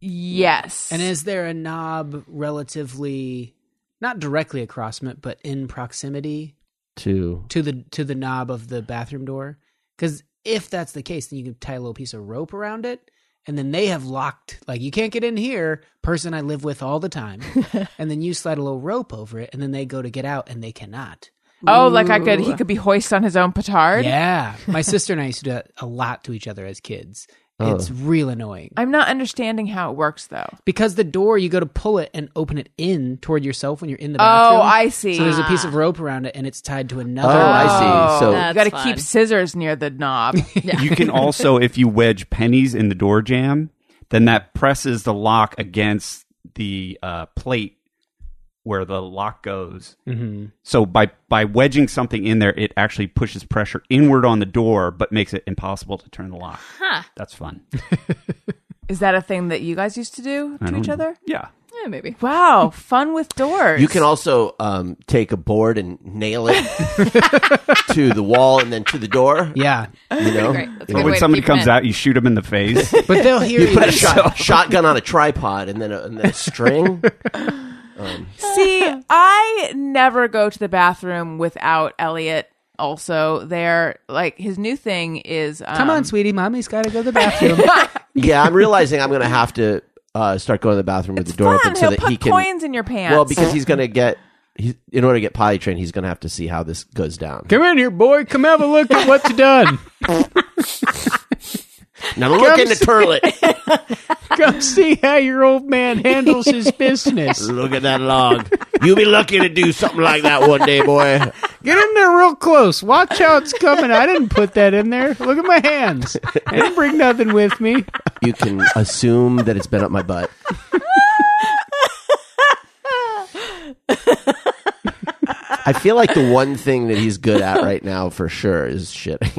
B: yes.
D: And is there a knob relatively, not directly across from it, but in proximity
A: to.
D: to the to the knob of the bathroom door? Because if that's the case, then you can tie a little piece of rope around it, and then they have locked like you can't get in here. Person I live with all the time, and then you slide a little rope over it, and then they go to get out, and they cannot.
B: oh, like I could. He could be hoist on his own petard.
D: Yeah, my sister and I used to do that a lot to each other as kids. It's real annoying
B: I'm not understanding how it works though.
D: because the door you go to pull it and open it in toward yourself when you're in the
B: Oh,
D: bathroom.
B: I see.
D: So there's a piece of rope around it, and it's tied to
A: Oh,
D: another.
A: I see. So
B: you
C: That's
B: got to
C: fun.
B: keep scissors near the knob.
E: You can also, if you wedge pennies in the door jam, then that presses the lock against the uh, plate where the lock goes.
B: Mm-hmm.
D: hmm
E: So by by wedging something in there, it actually pushes pressure inward on the door, but makes it impossible to turn the lock.
C: Huh.
E: That's fun.
B: Is that a thing that you guys used to do
E: I
B: to
E: don't
B: each
E: know.
B: other?
E: Yeah.
C: Yeah, maybe.
B: Wow, fun with doors.
A: you can also um, take a board and nail it to the wall and then to the door.
D: Yeah,
A: You know,
C: great. That's
A: You
C: a
A: know,
C: way
E: Or when
C: to
E: somebody
C: keep 'em
E: comes
C: in.
E: out, you shoot them in the face.
D: but they'll hear
A: you put a
D: you.
A: shot, shotgun on a tripod and then a, and then a string.
B: See, I never go to the bathroom without Elliot also there. Like his new thing is um,
D: Come on, sweetie, mommy's got to go to the bathroom.
A: yeah, I'm realizing I'm going to have to uh, start going to the bathroom with the door
B: Fun.
A: open so
B: He'll
A: that
B: put
A: he can.
B: coins in your pants.
A: well, because he's going to get. He's, in order to get potty trained, he's going to have to see how this goes down.
F: Come in here, boy. Come have a look at what you done.
A: Now look in the toilet.
F: Come see how your old man handles his business.
A: Look at that log. You'll be lucky to do something like that one day, boy.
F: Get in there real close. Watch how it's coming. I didn't put that in there. Look at my hands. I didn't bring nothing with me.
A: You can assume that it's been up my butt. I feel like the one thing that he's good at right now for sure is shitting.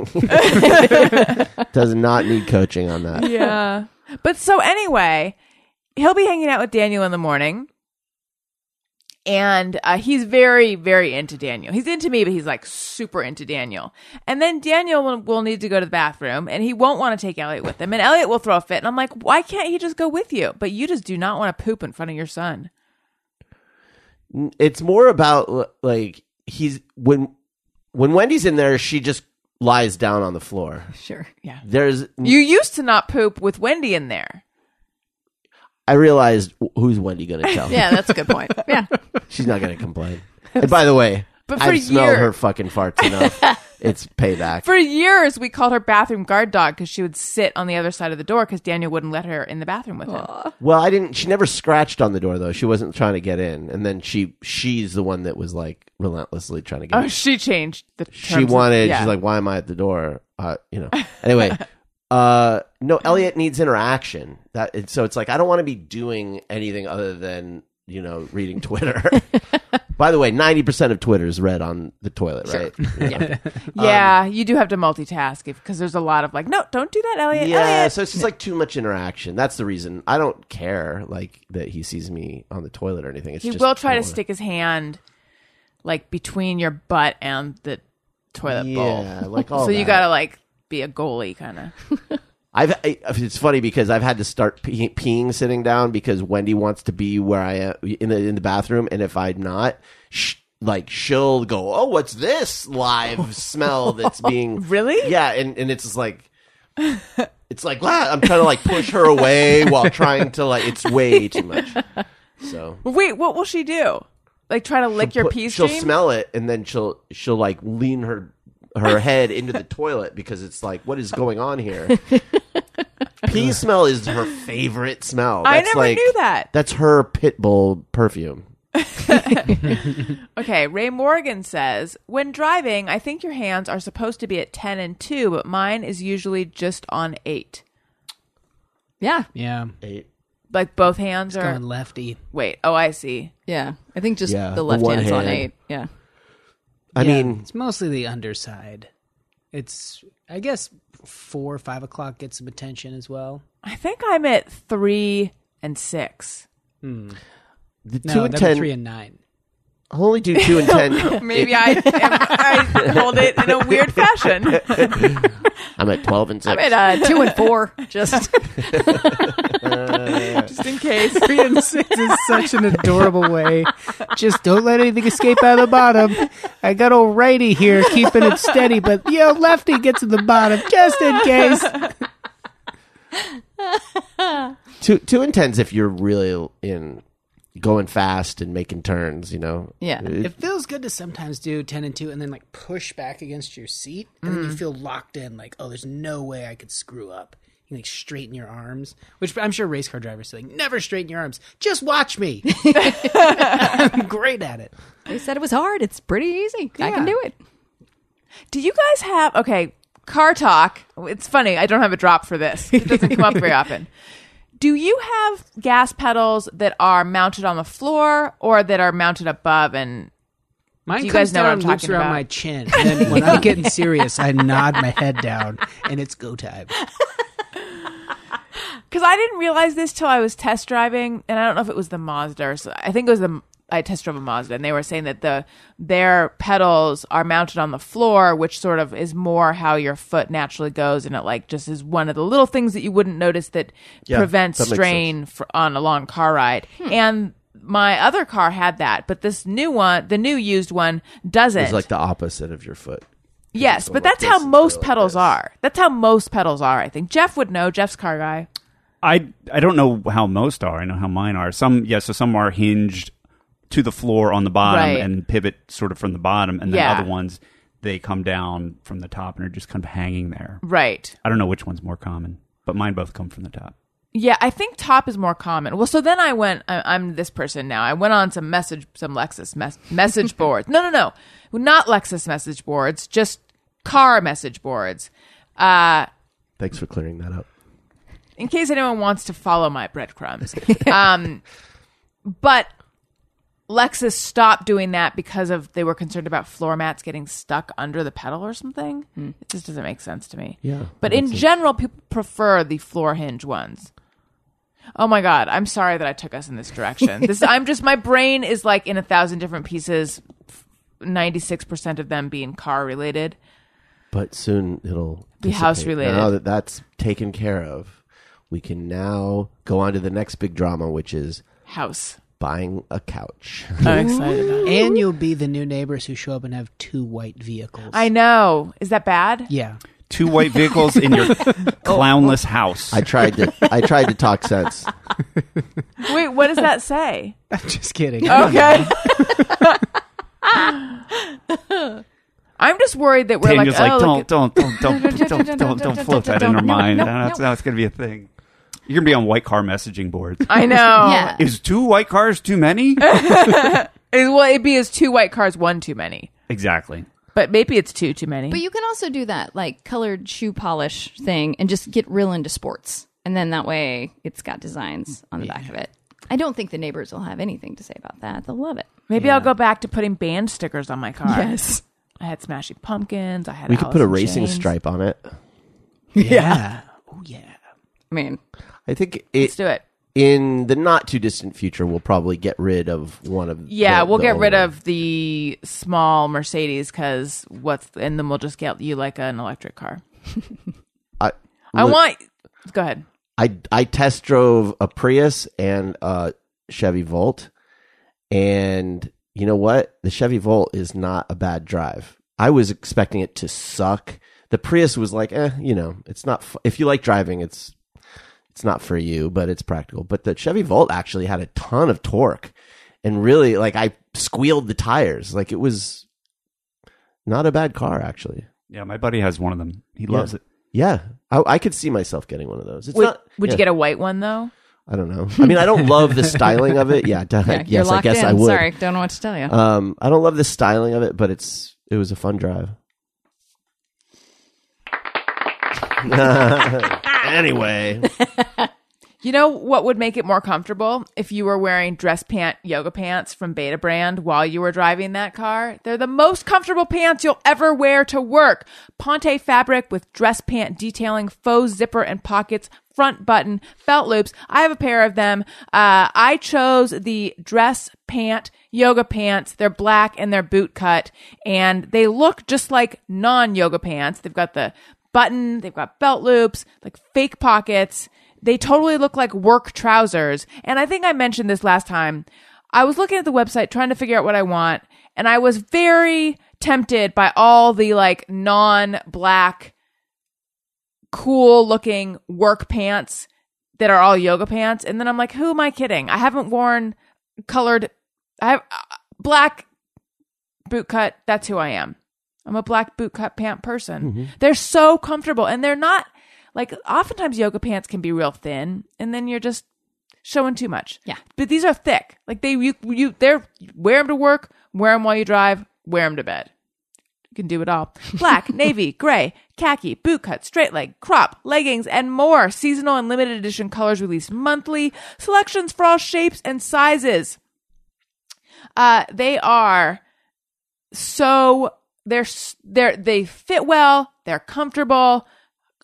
A: Does not need coaching on that.
B: yeah. But so anyway, he'll be hanging out with Daniel in the morning. And uh, he's very, very into Daniel. He's into me, but he's like super into Daniel. And then Daniel will, will need to go to the bathroom and he won't want to take Elliot with him. And Elliot will throw a fit. And I'm like, why can't he just go with you? But you just do not want to poop in front of your son.
A: It's more about l- like he's when when Wendy's in there, she just lies down on the floor.
C: Sure. Yeah.
A: There's
B: You used to not poop with Wendy in there.
A: I realized wh- who's Wendy going to tell.
C: Yeah, that's a good point. Yeah.
A: She's not going to complain. And by the way,
B: But for
A: I've smelled
B: years-
A: her fucking farts enough. it's payback.
B: For years, we called her bathroom guard dog because she would sit on the other side of the door because Daniel wouldn't let her in the bathroom with him.
A: well, I didn't. She never scratched on the door though. She wasn't trying to get in, and then she she's the one that was like relentlessly trying to get.
B: Oh,
A: in.
B: she changed the.
A: She
B: terms of-
A: wanted.
B: yeah.
A: She's like, why am I at the door? Uh, you know. Anyway, uh, no. Elliot needs interaction. That and so it's like I don't want to be doing anything other than you know reading Twitter. By the way, ninety percent of Twitter is read on the toilet, right? um,
B: yeah, you do have to multitask because there's a lot of like, no, don't do that, Elliot.
A: Yeah,
B: Elliot.
A: so it's just like too much interaction. That's the reason. I don't care like that he sees me on the toilet or anything. It's
B: he
A: just
B: will try
A: I
B: to
A: wanna-
B: stick his hand like between your butt and the toilet bowl.
A: Yeah, like all.
B: so you
A: that.
B: gotta like be a goalie kind of.
A: I've I, it's funny because I've had to start pee- peeing sitting down because Wendy wants to be where I am in the in the bathroom, and if I'm not, sh- like she'll go, "Oh, what's this live smell that's being
B: Really?
A: Yeah, and and it's just like. It's like "Ah," I'm trying to like push her away while trying to like it's way too much. So
B: Wait, what will she do? Like try to lick your
A: put-
B: pee
A: she'll
B: stream?
A: smell it and then she'll she'll like lean her her head into the toilet because it's like what is going on here pee smell is her favorite smell
B: I
A: That's
B: never
A: like-
B: knew that.
A: that's her pit bull perfume
B: Okay, Ray Morgan says, when driving, I think your hands are supposed to be at 10 and 2, but mine is usually just on 8.
C: Yeah.
D: Yeah,
B: Like both hands are.
D: going lefty.
B: Wait, oh, I see.
C: Yeah. I think just
A: Yeah,
C: the left
A: one
C: hand's on
A: hand.
C: eight. Yeah.
A: i
D: Yeah,
A: mean
D: it's mostly the underside. It's I guess four or five o'clock gets some attention as well.
B: I think I'm at 3 and 6.
A: the
D: No,
A: two and
D: that'd
A: ten
D: be three and nine.
A: i'll only do two and ten
B: Maybe I, am, I hold it in a weird fashion.
A: i'm at 12 and 6
C: I'm at uh, two and four. Just
B: Just in case.
D: Three and six is such an adorable way. Just don't let anything escape out of the bottom. I got old righty here keeping it steady, but yo, lefty gets in the bottom just in case.
A: two two and tens if you're really in going fast and making turns you know
C: Yeah.
D: It feels good to sometimes do 10 and 2 and then like push back against your seat and then you feel locked in like oh there's no way I could screw up. You like straighten your arms, which I'm sure race car drivers say like never straighten your arms. Just watch me. I'm great at it.
C: they said it was hard. It's pretty easy. I can do it.
B: Do you guys have okay car talk? It's funny. I don't have a drop for this. It doesn't come up very often. Do you have gas pedals that are mounted on the floor or that are mounted above? And
D: Mine
B: Do you
D: comes
B: guys know what
D: down,
B: I'm
D: loops
B: talking
D: around
B: about?
D: my chin, and then when I'm getting serious, I nod my head down, and it's go time.
B: because I didn't realize this till I was test driving, and I don't know if it was the Mazda. Or so, I think it was the I test drove a Mazda, and they were saying that the their pedals are mounted on the floor, which sort of is more how your foot naturally goes, and it like just is one of the little things that you wouldn't notice that
A: Yeah,
B: prevents
A: that makes
B: strain for, on a long car ride. And my other car had that, but this new one, the new used one, doesn't.
A: it's like the opposite of your foot
B: yes, but
A: like
B: that's
A: this
B: how
A: instead of
B: most
A: like
B: pedals
A: this.
B: are. That's how most pedals are. I think Jeff would know. Jeff's car guy.
E: I I don't know how most are. I know how mine are. Some yeah, so some are hinged to the floor on the bottom
B: Right.
E: and pivot sort of from the bottom, and then
B: Yeah.
E: other ones they come down from the top and are just kind of hanging there.
B: Right.
E: I don't know which one's more common, but mine both come from the top.
B: Yeah, I think top is more common. Well, so then I went. I, I'm this person now. I went on some message, some Lexus mes- message boards. No, no, no, not Lexus message boards. Just car message boards. Uh,
A: thanks for clearing that up
B: in case anyone wants to follow my breadcrumbs. um, but Lexus stopped doing that because of they were concerned about floor mats getting stuck under the pedal or something. It just doesn't make sense to me.
A: Hmm. Yeah,
B: But
A: that
B: in
A: makes sense.
B: general, people prefer the floor hinge ones. Oh my god! I'm sorry that I took us in this direction. This I'm just my brain is like in a thousand different pieces. Ninety six percent of them being car related.
A: but soon it'll
B: Be house
A: dissipate.
B: related.
A: Now that that's taken care of, we can now go on to the next big drama, which is
B: House.
A: buying a couch.
B: I'm excited. About it.
D: And you'll be the new neighbors who show up and have two white vehicles.
B: I know. Is that bad?
D: yeah.
E: Two white vehicles in
B: Oh,
E: your clownless house.
A: I tried to I tried to talk sense.
B: Wait, what does that say?
D: I'm just kidding.
B: Okay. I'm just worried that we're
E: Tanya
B: like,
E: was
B: oh,
E: like,
B: look
E: don't,
B: at-
E: don't, don't, don't, don't, don't, don't, don't float that in her mind. That's how it's going to be a thing. You're going to be on white car messaging boards.
B: I know.
C: Yeah.
E: Is two white cars too many?
B: It- well, it'd be as two white cars, one too many.
E: exactly.
B: But maybe it's two too many.
C: But you can also do that like colored shoe polish thing and just get real into sports. And then that way it's got designs on the back of it. I don't think the neighbors will have anything to say about that. They'll love it.
B: maybe I'll go back to putting band stickers on my car.
C: Yes.
B: I had Smashing Pumpkins. I had.
A: We could
B: Alice
A: put a
B: in
A: racing
B: Chains.
A: stripe on it.
D: Yeah. Oh yeah.
C: I mean,
A: I think
B: Let's
A: it
B: do it.
A: in the not too distant future we'll probably get rid of one of
B: Yeah,
A: the-
B: we'll
A: the
B: get
A: old
B: rid
A: one.
B: of the small Mercedes because what's and then we'll just get you like an electric car.
A: I,
B: I
A: look,
B: want Go ahead.
A: I I test drove a Prius and a Chevy Volt, and you know what? The Chevy Volt is not a bad drive. I was expecting it to suck. The Prius was like, eh, you know, it's not. F- if you like driving, it's it's not for you, but it's practical. But the Chevy Volt actually had a ton of torque, and really, like, I squealed the tires. Like, it was not a bad car, actually.
E: Yeah, my buddy has one of them. He loves it.
A: Yeah, I, I could see myself getting one of those. It's
B: Would,
A: not.
B: would
A: yeah.
B: you get a white one though?
A: I don't know. I mean, I don't love the styling of it. Yeah,
C: Yeah, you're
A: yes, I
C: locked
A: guess
C: in.
A: I would.
C: Sorry, don't know what to tell you.
A: Um, I don't love the styling of it, but it's it was a fun drive. anyway,
B: You know what would make it more comfortable if you were wearing dress pant yoga pants from Beta Brand while you were driving that car? They're the most comfortable pants you'll ever wear to work. Ponte fabric with dress pant detailing, faux zipper and pockets, front button, belt loops. I have a pair of them. Uh, I chose the dress pant yoga pants. They're black and they're boot cut and they look just like non yoga pants. They've got the button, they've got belt loops, like fake pockets. They totally look like work trousers. And I think I mentioned this last time. I was looking at the website trying to figure out what I want, and I was very tempted by all the like non black, cool looking work pants that are all yoga pants. And then I'm like, who am I kidding? I haven't worn colored, I have uh, black boot cut. That's who I am. I'm a black boot cut pant person. They're so comfortable and they're not like oftentimes yoga pants can be real thin and then you're just showing too much.
C: Yeah.
B: But these are thick. Like they, you, you, they're wear them to work, wear them while you drive, wear them to bed. You can do it all. Black, navy, gray, khaki, boot cut, straight leg, crop, leggings, and more. Seasonal and limited edition colors released monthly. Selections for all shapes and sizes. Uh, they are so they're s- they're they fit well, they're comfortable,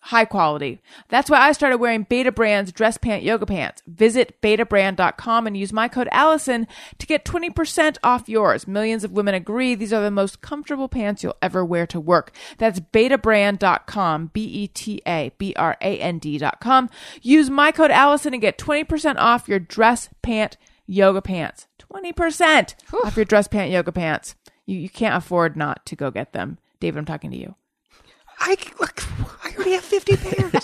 B: high quality. That's why I started wearing Beta Brand's dress pant yoga pants. Visit betabrand.com and use my code Allison to get 20% off yours. Millions of women agree these are the most comfortable pants you'll ever wear to work. That's betabrand.com, B E T A B R A N D.com. Use my code Allison and get 20% off your dress pant yoga pants. 20% off your dress pant yoga pants. You, you can't afford not to go get them. David, I'm talking to you.
F: I, look, I already have 50 pairs.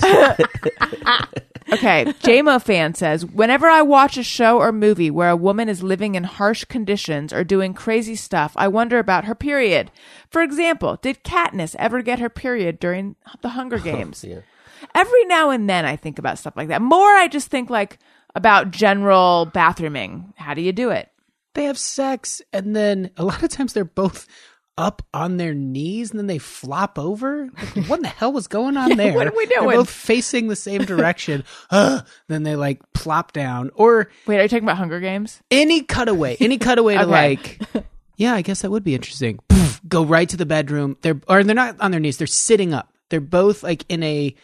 B: Okay, JMO fan says, whenever I watch a show or movie where a woman is living in harsh conditions or doing crazy stuff, I wonder about her period. For example, did Katniss ever get her period during the Hunger Games? Every now and then I think about stuff like that. More I just think like about general bathrooming. How do you do it?
D: they have sex and then a lot of times they're both up on their knees and then they flop over. Like, what in the hell was going on there?
B: what are we
D: They're
B: doing?
D: both facing the same direction. Ugh. then they like plop down or
B: Wait, are you talking about Hunger Games?
D: any cutaway, any cutaway to
B: Okay.
D: like, yeah, I guess that would be interesting. Poof, go right to the bedroom. They're or they're not on their knees. They're sitting up. They're both like in a.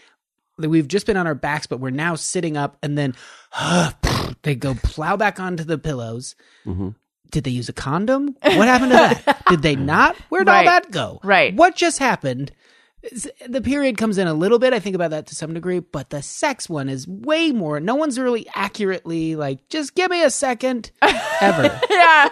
D: We've just been on our backs, but we're now sitting up, and then poof, they go plow back onto the pillows.
B: Mm-hmm.
D: Did they use a condom? What happened to that? Did they not? Where'd all
B: Right.
D: that go?
B: Right.
D: What just happened? It's- The period comes in a little bit. I think about that to some degree, but the sex one is way more. No one's really accurately like, just give me a second ever.
B: Yeah.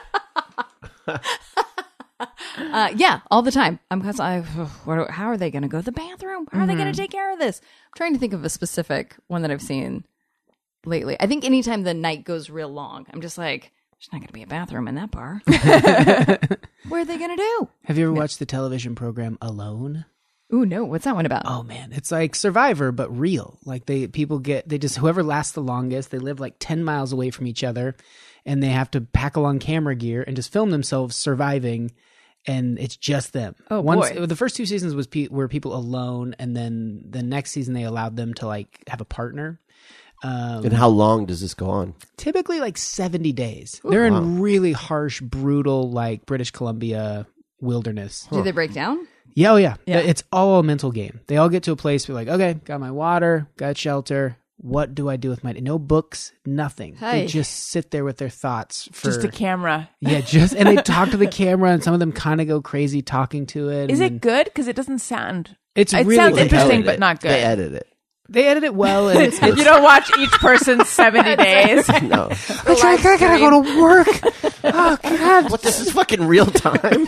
C: Uh, yeah, all the time. I'm constantly, ugh, what are- how are they going to go to the bathroom? How are they going to take care of this? I'm trying to think of a specific one that I've seen lately. I think anytime the night goes real long, I'm just like, there's not going to be a bathroom in that bar. what are they going to do?
D: Have you ever watched the television program Alone?
C: Ooh, no. What's that one about?
D: Oh man, it's like Survivor but real. Like they people get they just whoever lasts the longest, they live like 10 miles away from each other and they have to pack along camera gear and just film themselves surviving and it's just them.
C: Oh,
D: Once,
C: boy.
D: The first two seasons was pe- were people alone and then the next season they allowed them to like have a partner.
A: and how long does this go on?
D: Typically like 70 days. They're in really harsh, brutal like British Columbia wilderness.
C: do they break down?
D: Yeah, oh yeah.
C: Yeah.
D: It's all a mental game. They all get to a place where like, okay, got my water, got shelter. What do I do with my no books, nothing. They
C: Hey.
D: just sit there with their thoughts for
B: Just a camera.
D: yeah, just and they talk to the camera, and some of them kind of go crazy talking to it.
B: Is
D: and
B: it good? Because it doesn't sound.
D: It's
B: it
D: really
B: sounds
D: good.
B: interesting,
A: Edit
B: but
A: it.
B: not good.
A: They edit it.
D: They edit it well, and it's,
B: you don't watch each person's 70 days.
A: No.
D: I gotta go to work. oh god.
A: What this is fucking real time.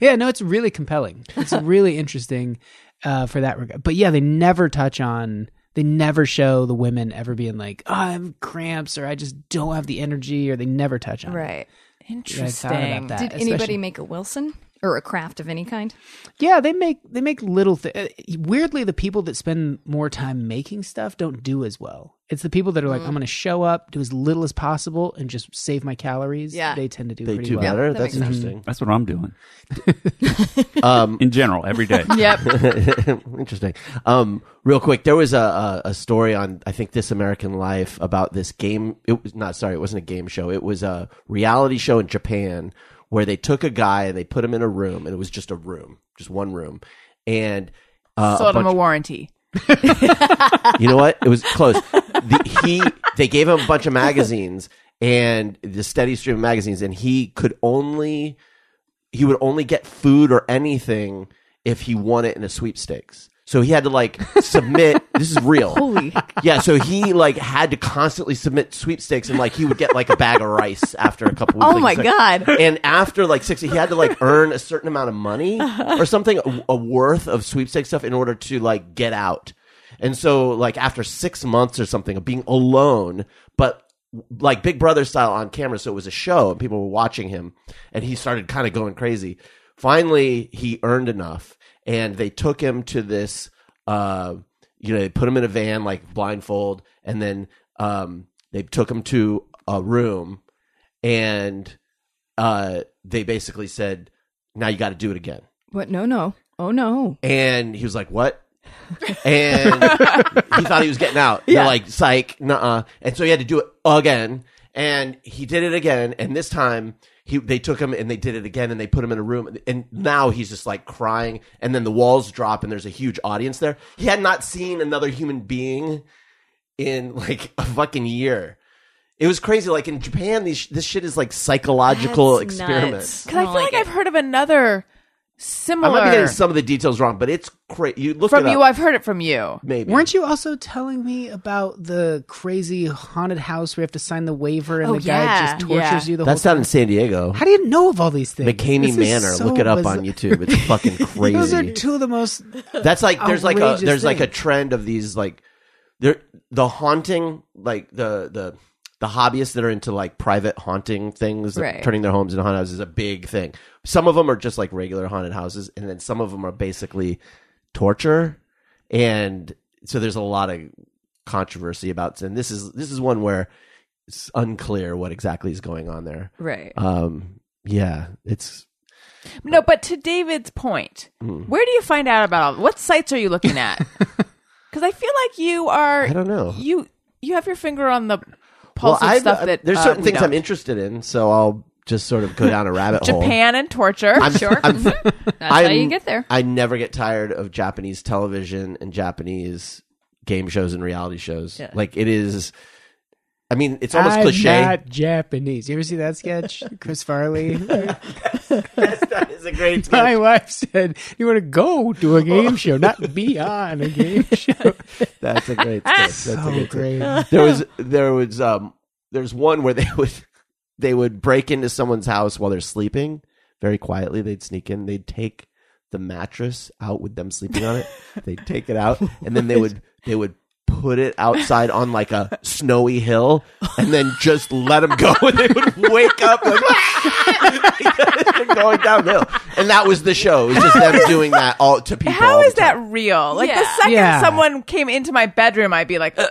D: Yeah, no, it's really compelling. It's really interesting uh, for that regard. But yeah, they never touch on. They never show the women ever being like, oh, I have cramps, or I just don't have the energy, or they never touch on. it.
B: Right.
D: Yeah, I
B: Interesting.
D: thought about that,
C: Did
D: especially-
C: anybody make a Wilson or a craft of any kind?
D: Yeah, they make they make little things. Weirdly, the people that spend more time making stuff don't do as well. It's the people that are like,
C: Mm.
D: I'm going to show up, do as little as possible, and just save my calories.
C: Yeah.
D: they tend to do
A: They
D: pretty
A: do
D: well.
A: better.
C: that
A: That's
C: makes
A: interesting.
E: That's what I'm doing
A: Um,
E: in general every day.
C: Yep.
A: interesting. Um, real quick, there was a, a, a story on I think This American Life about this game. It was not sorry, it wasn't a game show. It was a reality show in Japan where they took a guy and they put him in a room, and it was just a room, just one room, and. Uh, a
B: Sold him
A: bunch-
B: a warranty.
A: you know what? It was close. The, he they gave him a bunch of magazines and the steady stream of magazines, and he could only he would only get food or anything if he won it in a sweepstakes. So he had to like submit. this is real. Holy. Yeah. So he like had to constantly submit sweepstakes, and like he would get like a bag of rice after a couple. weeks.
C: Oh
A: Like,
C: my
A: he's like-
C: God.
A: and after like six, he had to like earn a certain amount of money or something, a, a worth of sweepstakes stuff in order to like get out. And so, like after six months or something of being alone, but like Big Brother style on camera, so it was a show and people were watching him, and he started kind of going crazy. Finally, he earned enough, and they took him to this. Uh, you know, they put him in a van, like blindfold, and then um, they took him to a room, and uh, they basically said, "Now you got to do it again."
C: what? No, no. Oh no.
A: And he was like, "What?" And he thought he was getting out. They're like, "Psych, nuh-uh. And so he had to do it again, and he did it again. And this time, he they took him and they did it again, and they put him in a room. And, and now he's just like crying. And then the walls drop, and there's a huge audience there. He had not seen another human being in like a fucking year. It was crazy. Like in Japan, these, this shit is like psychological
C: That's
A: experiments.
C: nuts.
B: Because I,
C: don't
B: feel like,
C: it.
B: I've heard of
A: I
B: another similar
A: might be getting some of the details wrong, but it's crazy. You look
B: from
A: it
B: you.
A: up,
B: I've heard it from you.
A: maybe.
D: Weren't you also telling me about the crazy haunted house where you have to sign the waiver and
C: Oh,
D: the guy
C: yeah.
D: just tortures
C: Yeah.
D: you the
A: That's
D: whole
A: not in San Diego.
D: How do you know of all these things?
A: McCamey
D: This is
A: Manor.
D: so
A: look it up
D: bizarre.
A: on YouTube. It's fucking
D: Those are
A: crazy.
D: two of the most.
A: That's like there's like a
D: outrageous
A: there's like a
D: things.
A: trend of these like there the haunting like the the the hobbyists that are into like private haunting things, like
B: Right.
A: turning their homes into haunted houses, is a big thing. Some of them are just like regular haunted houses, and then some of them are basically torture. And so there's a lot of controversy about, and this is this is one where it's unclear what exactly is going on there.
B: Right.
A: Um, yeah, it's
B: No, but to David's point,
A: Hmm.
B: where do you find out about all? What sites are you looking at? Because I feel like you are.
A: I don't know.
B: You you have your finger on the pulse of
A: I've-
B: stuff
A: uh,
B: that
A: there's
B: uh,
A: certain
B: we
A: things I'm
B: don't.
A: interested in, so I'll just sort of go down a rabbit hole.
B: Japan and torture.
A: I'm
C: Sure.
A: I'm-
C: That's how
A: I'm-
C: you get there.
A: I never get tired of Japanese television and Japanese game shows and reality shows. Like it is. I mean, it's almost
D: I'm
A: cliche.
D: not Japanese. You ever see that sketch, Chris Farley?
A: that is a great.
D: My wife said, "You want to go to a game show, not be on a game show."
A: Oh. That's a great. skit. That's a
D: so
A: good skit.
D: great.
A: there was there was um there's one where they would they would break into someone's house while they're sleeping very quietly they'd sneak in they'd take the mattress out with them sleeping on it they'd take it out and then they would they would put it outside on like a snowy hill and then just let them go and they would wake up like "Oh, they're going downhill and that was the show it was just them doing that all to people
B: How
A: all
B: is
A: the time.
B: that real? Like the
C: Yeah.
B: second
D: Yeah.
B: someone came into my bedroom, I'd be like, Ugh.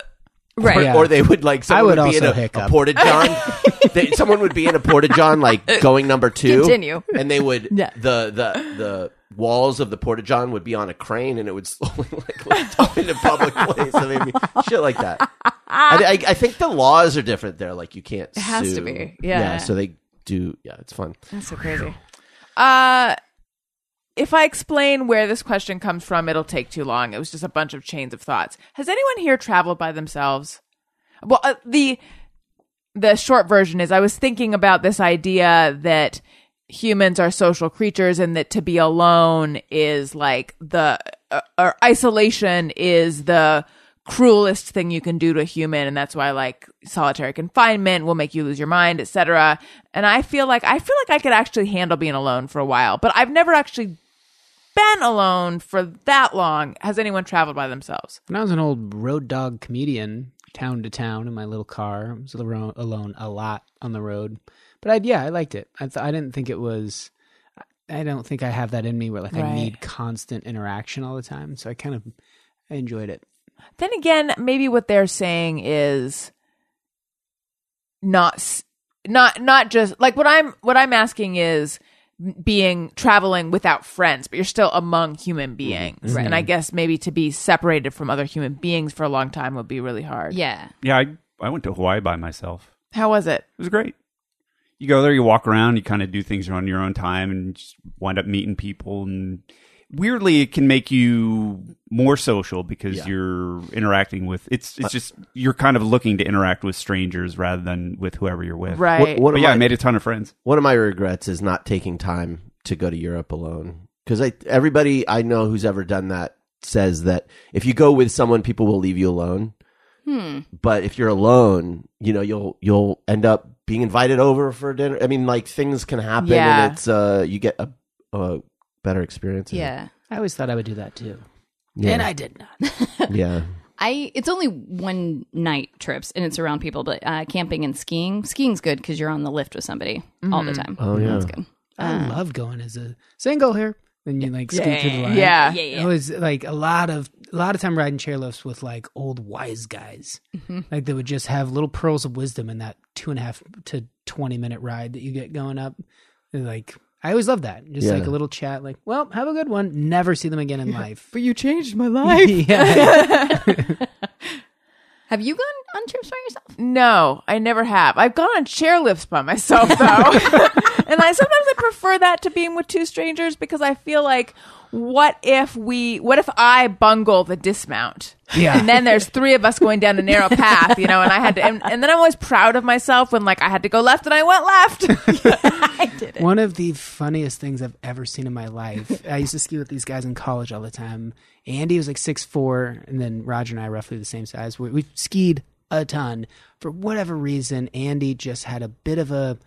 C: Right.
A: Or-
D: Yeah.
A: Or they would like someone
D: would
A: would, be
D: also
A: in a, a
D: hiccup.
A: porta john. they, someone would be in a porta john, like going number two.
C: Continue.
A: And they would
C: Yeah.
A: the the the walls of the porta john would be on a crane, and it would slowly like lift up into public place. I mean, shit like that. I, I, I think the laws are different there. Like you can't. It
C: has to be. Yeah.
A: So they do. Yeah, it's fun.
C: That's so crazy.
B: Uh, if I explain where this question comes from, it'll take too long. It was just a bunch of chains of thoughts. Has anyone here traveled by themselves? Well, uh, the the short version is I was thinking about this idea that humans are social creatures and that to be alone is like the uh, or isolation is the cruelest thing you can do to a human and that's why like solitary confinement will make you lose your mind etc and i feel like i feel like i could actually handle being alone for a while but i've never actually been alone for that long has anyone traveled by themselves
D: When I was an old road dog comedian, town to town in my little car, I was alo- alone a lot on the road. But I, yeah, I liked it. I, th- I didn't think it was. I don't think I have that in me where like I
B: Right.
D: need constant interaction all the time. So I kind of I enjoyed it.
B: then again maybe what they're saying is not s- not not just like what i'm what i'm asking is being traveling without friends but you're still among human beings and i guess maybe to be separated from other human beings for a long time would be really hard
C: Yeah.
E: Yeah, I, I went to Hawaii by myself.
B: how was it
E: It was great. You go there, you walk around, you kind of do things on your own time, and just wind up meeting people. And weirdly, it can make you more social because you're interacting with. It's it's just you're kind of looking to interact with strangers rather than with whoever you're with.
B: right
E: But
A: of
E: yeah,
A: my-
E: I made a ton of friends.
A: One of my regrets is not taking time to go to Europe alone because I everybody I know who's ever done that says that if you go with someone, people will leave you alone.
C: Hmm.
A: But if you're alone, you know you'll you'll end up being invited over for dinner. I mean, like things can happen,
B: Yeah.
A: and it's uh you get a, a better experience. in it.
C: Yeah.
D: I always thought I would do that too.
A: yeah,
D: And I did not.
A: yeah.
C: I it's only one night trips and it's around people, but uh, camping and skiing. Skiing's good because you're on the lift with somebody all the time.
A: Oh, yeah.
C: that's good. Uh,
D: I love going as a single here. Then you like scoot to the line.
B: yeah
C: Yeah, yeah.
D: It was like a lot of a lot of time riding chairlifts with like old wise guys,
C: Mm-hmm.
D: like they would just have little pearls of wisdom in that two and a half to twenty minute ride that you get going up. And, like I always love that, just like
A: Yeah.
D: a little chat, like "Well, have a good one." Never see them again in life.
B: but you changed my life
D: yeah,
C: Have you gone on trips by yourself?
B: No, I never have. I've gone on chairlifts by myself though. and I sometimes I prefer that to being with two strangers because I feel like what if we what if I bungle the dismount?
D: Yeah.
B: And then there's three of us going down a narrow path, you know, and I had to and, and then I'm always proud of myself when like I had to go left and I went left.
D: One of the funniest things I've ever seen in my life. I used to ski with these guys in college all the time. Andy was like six four, and then Roger and I roughly the same size. We, we skied a ton. For whatever reason, Andy just had a bit of a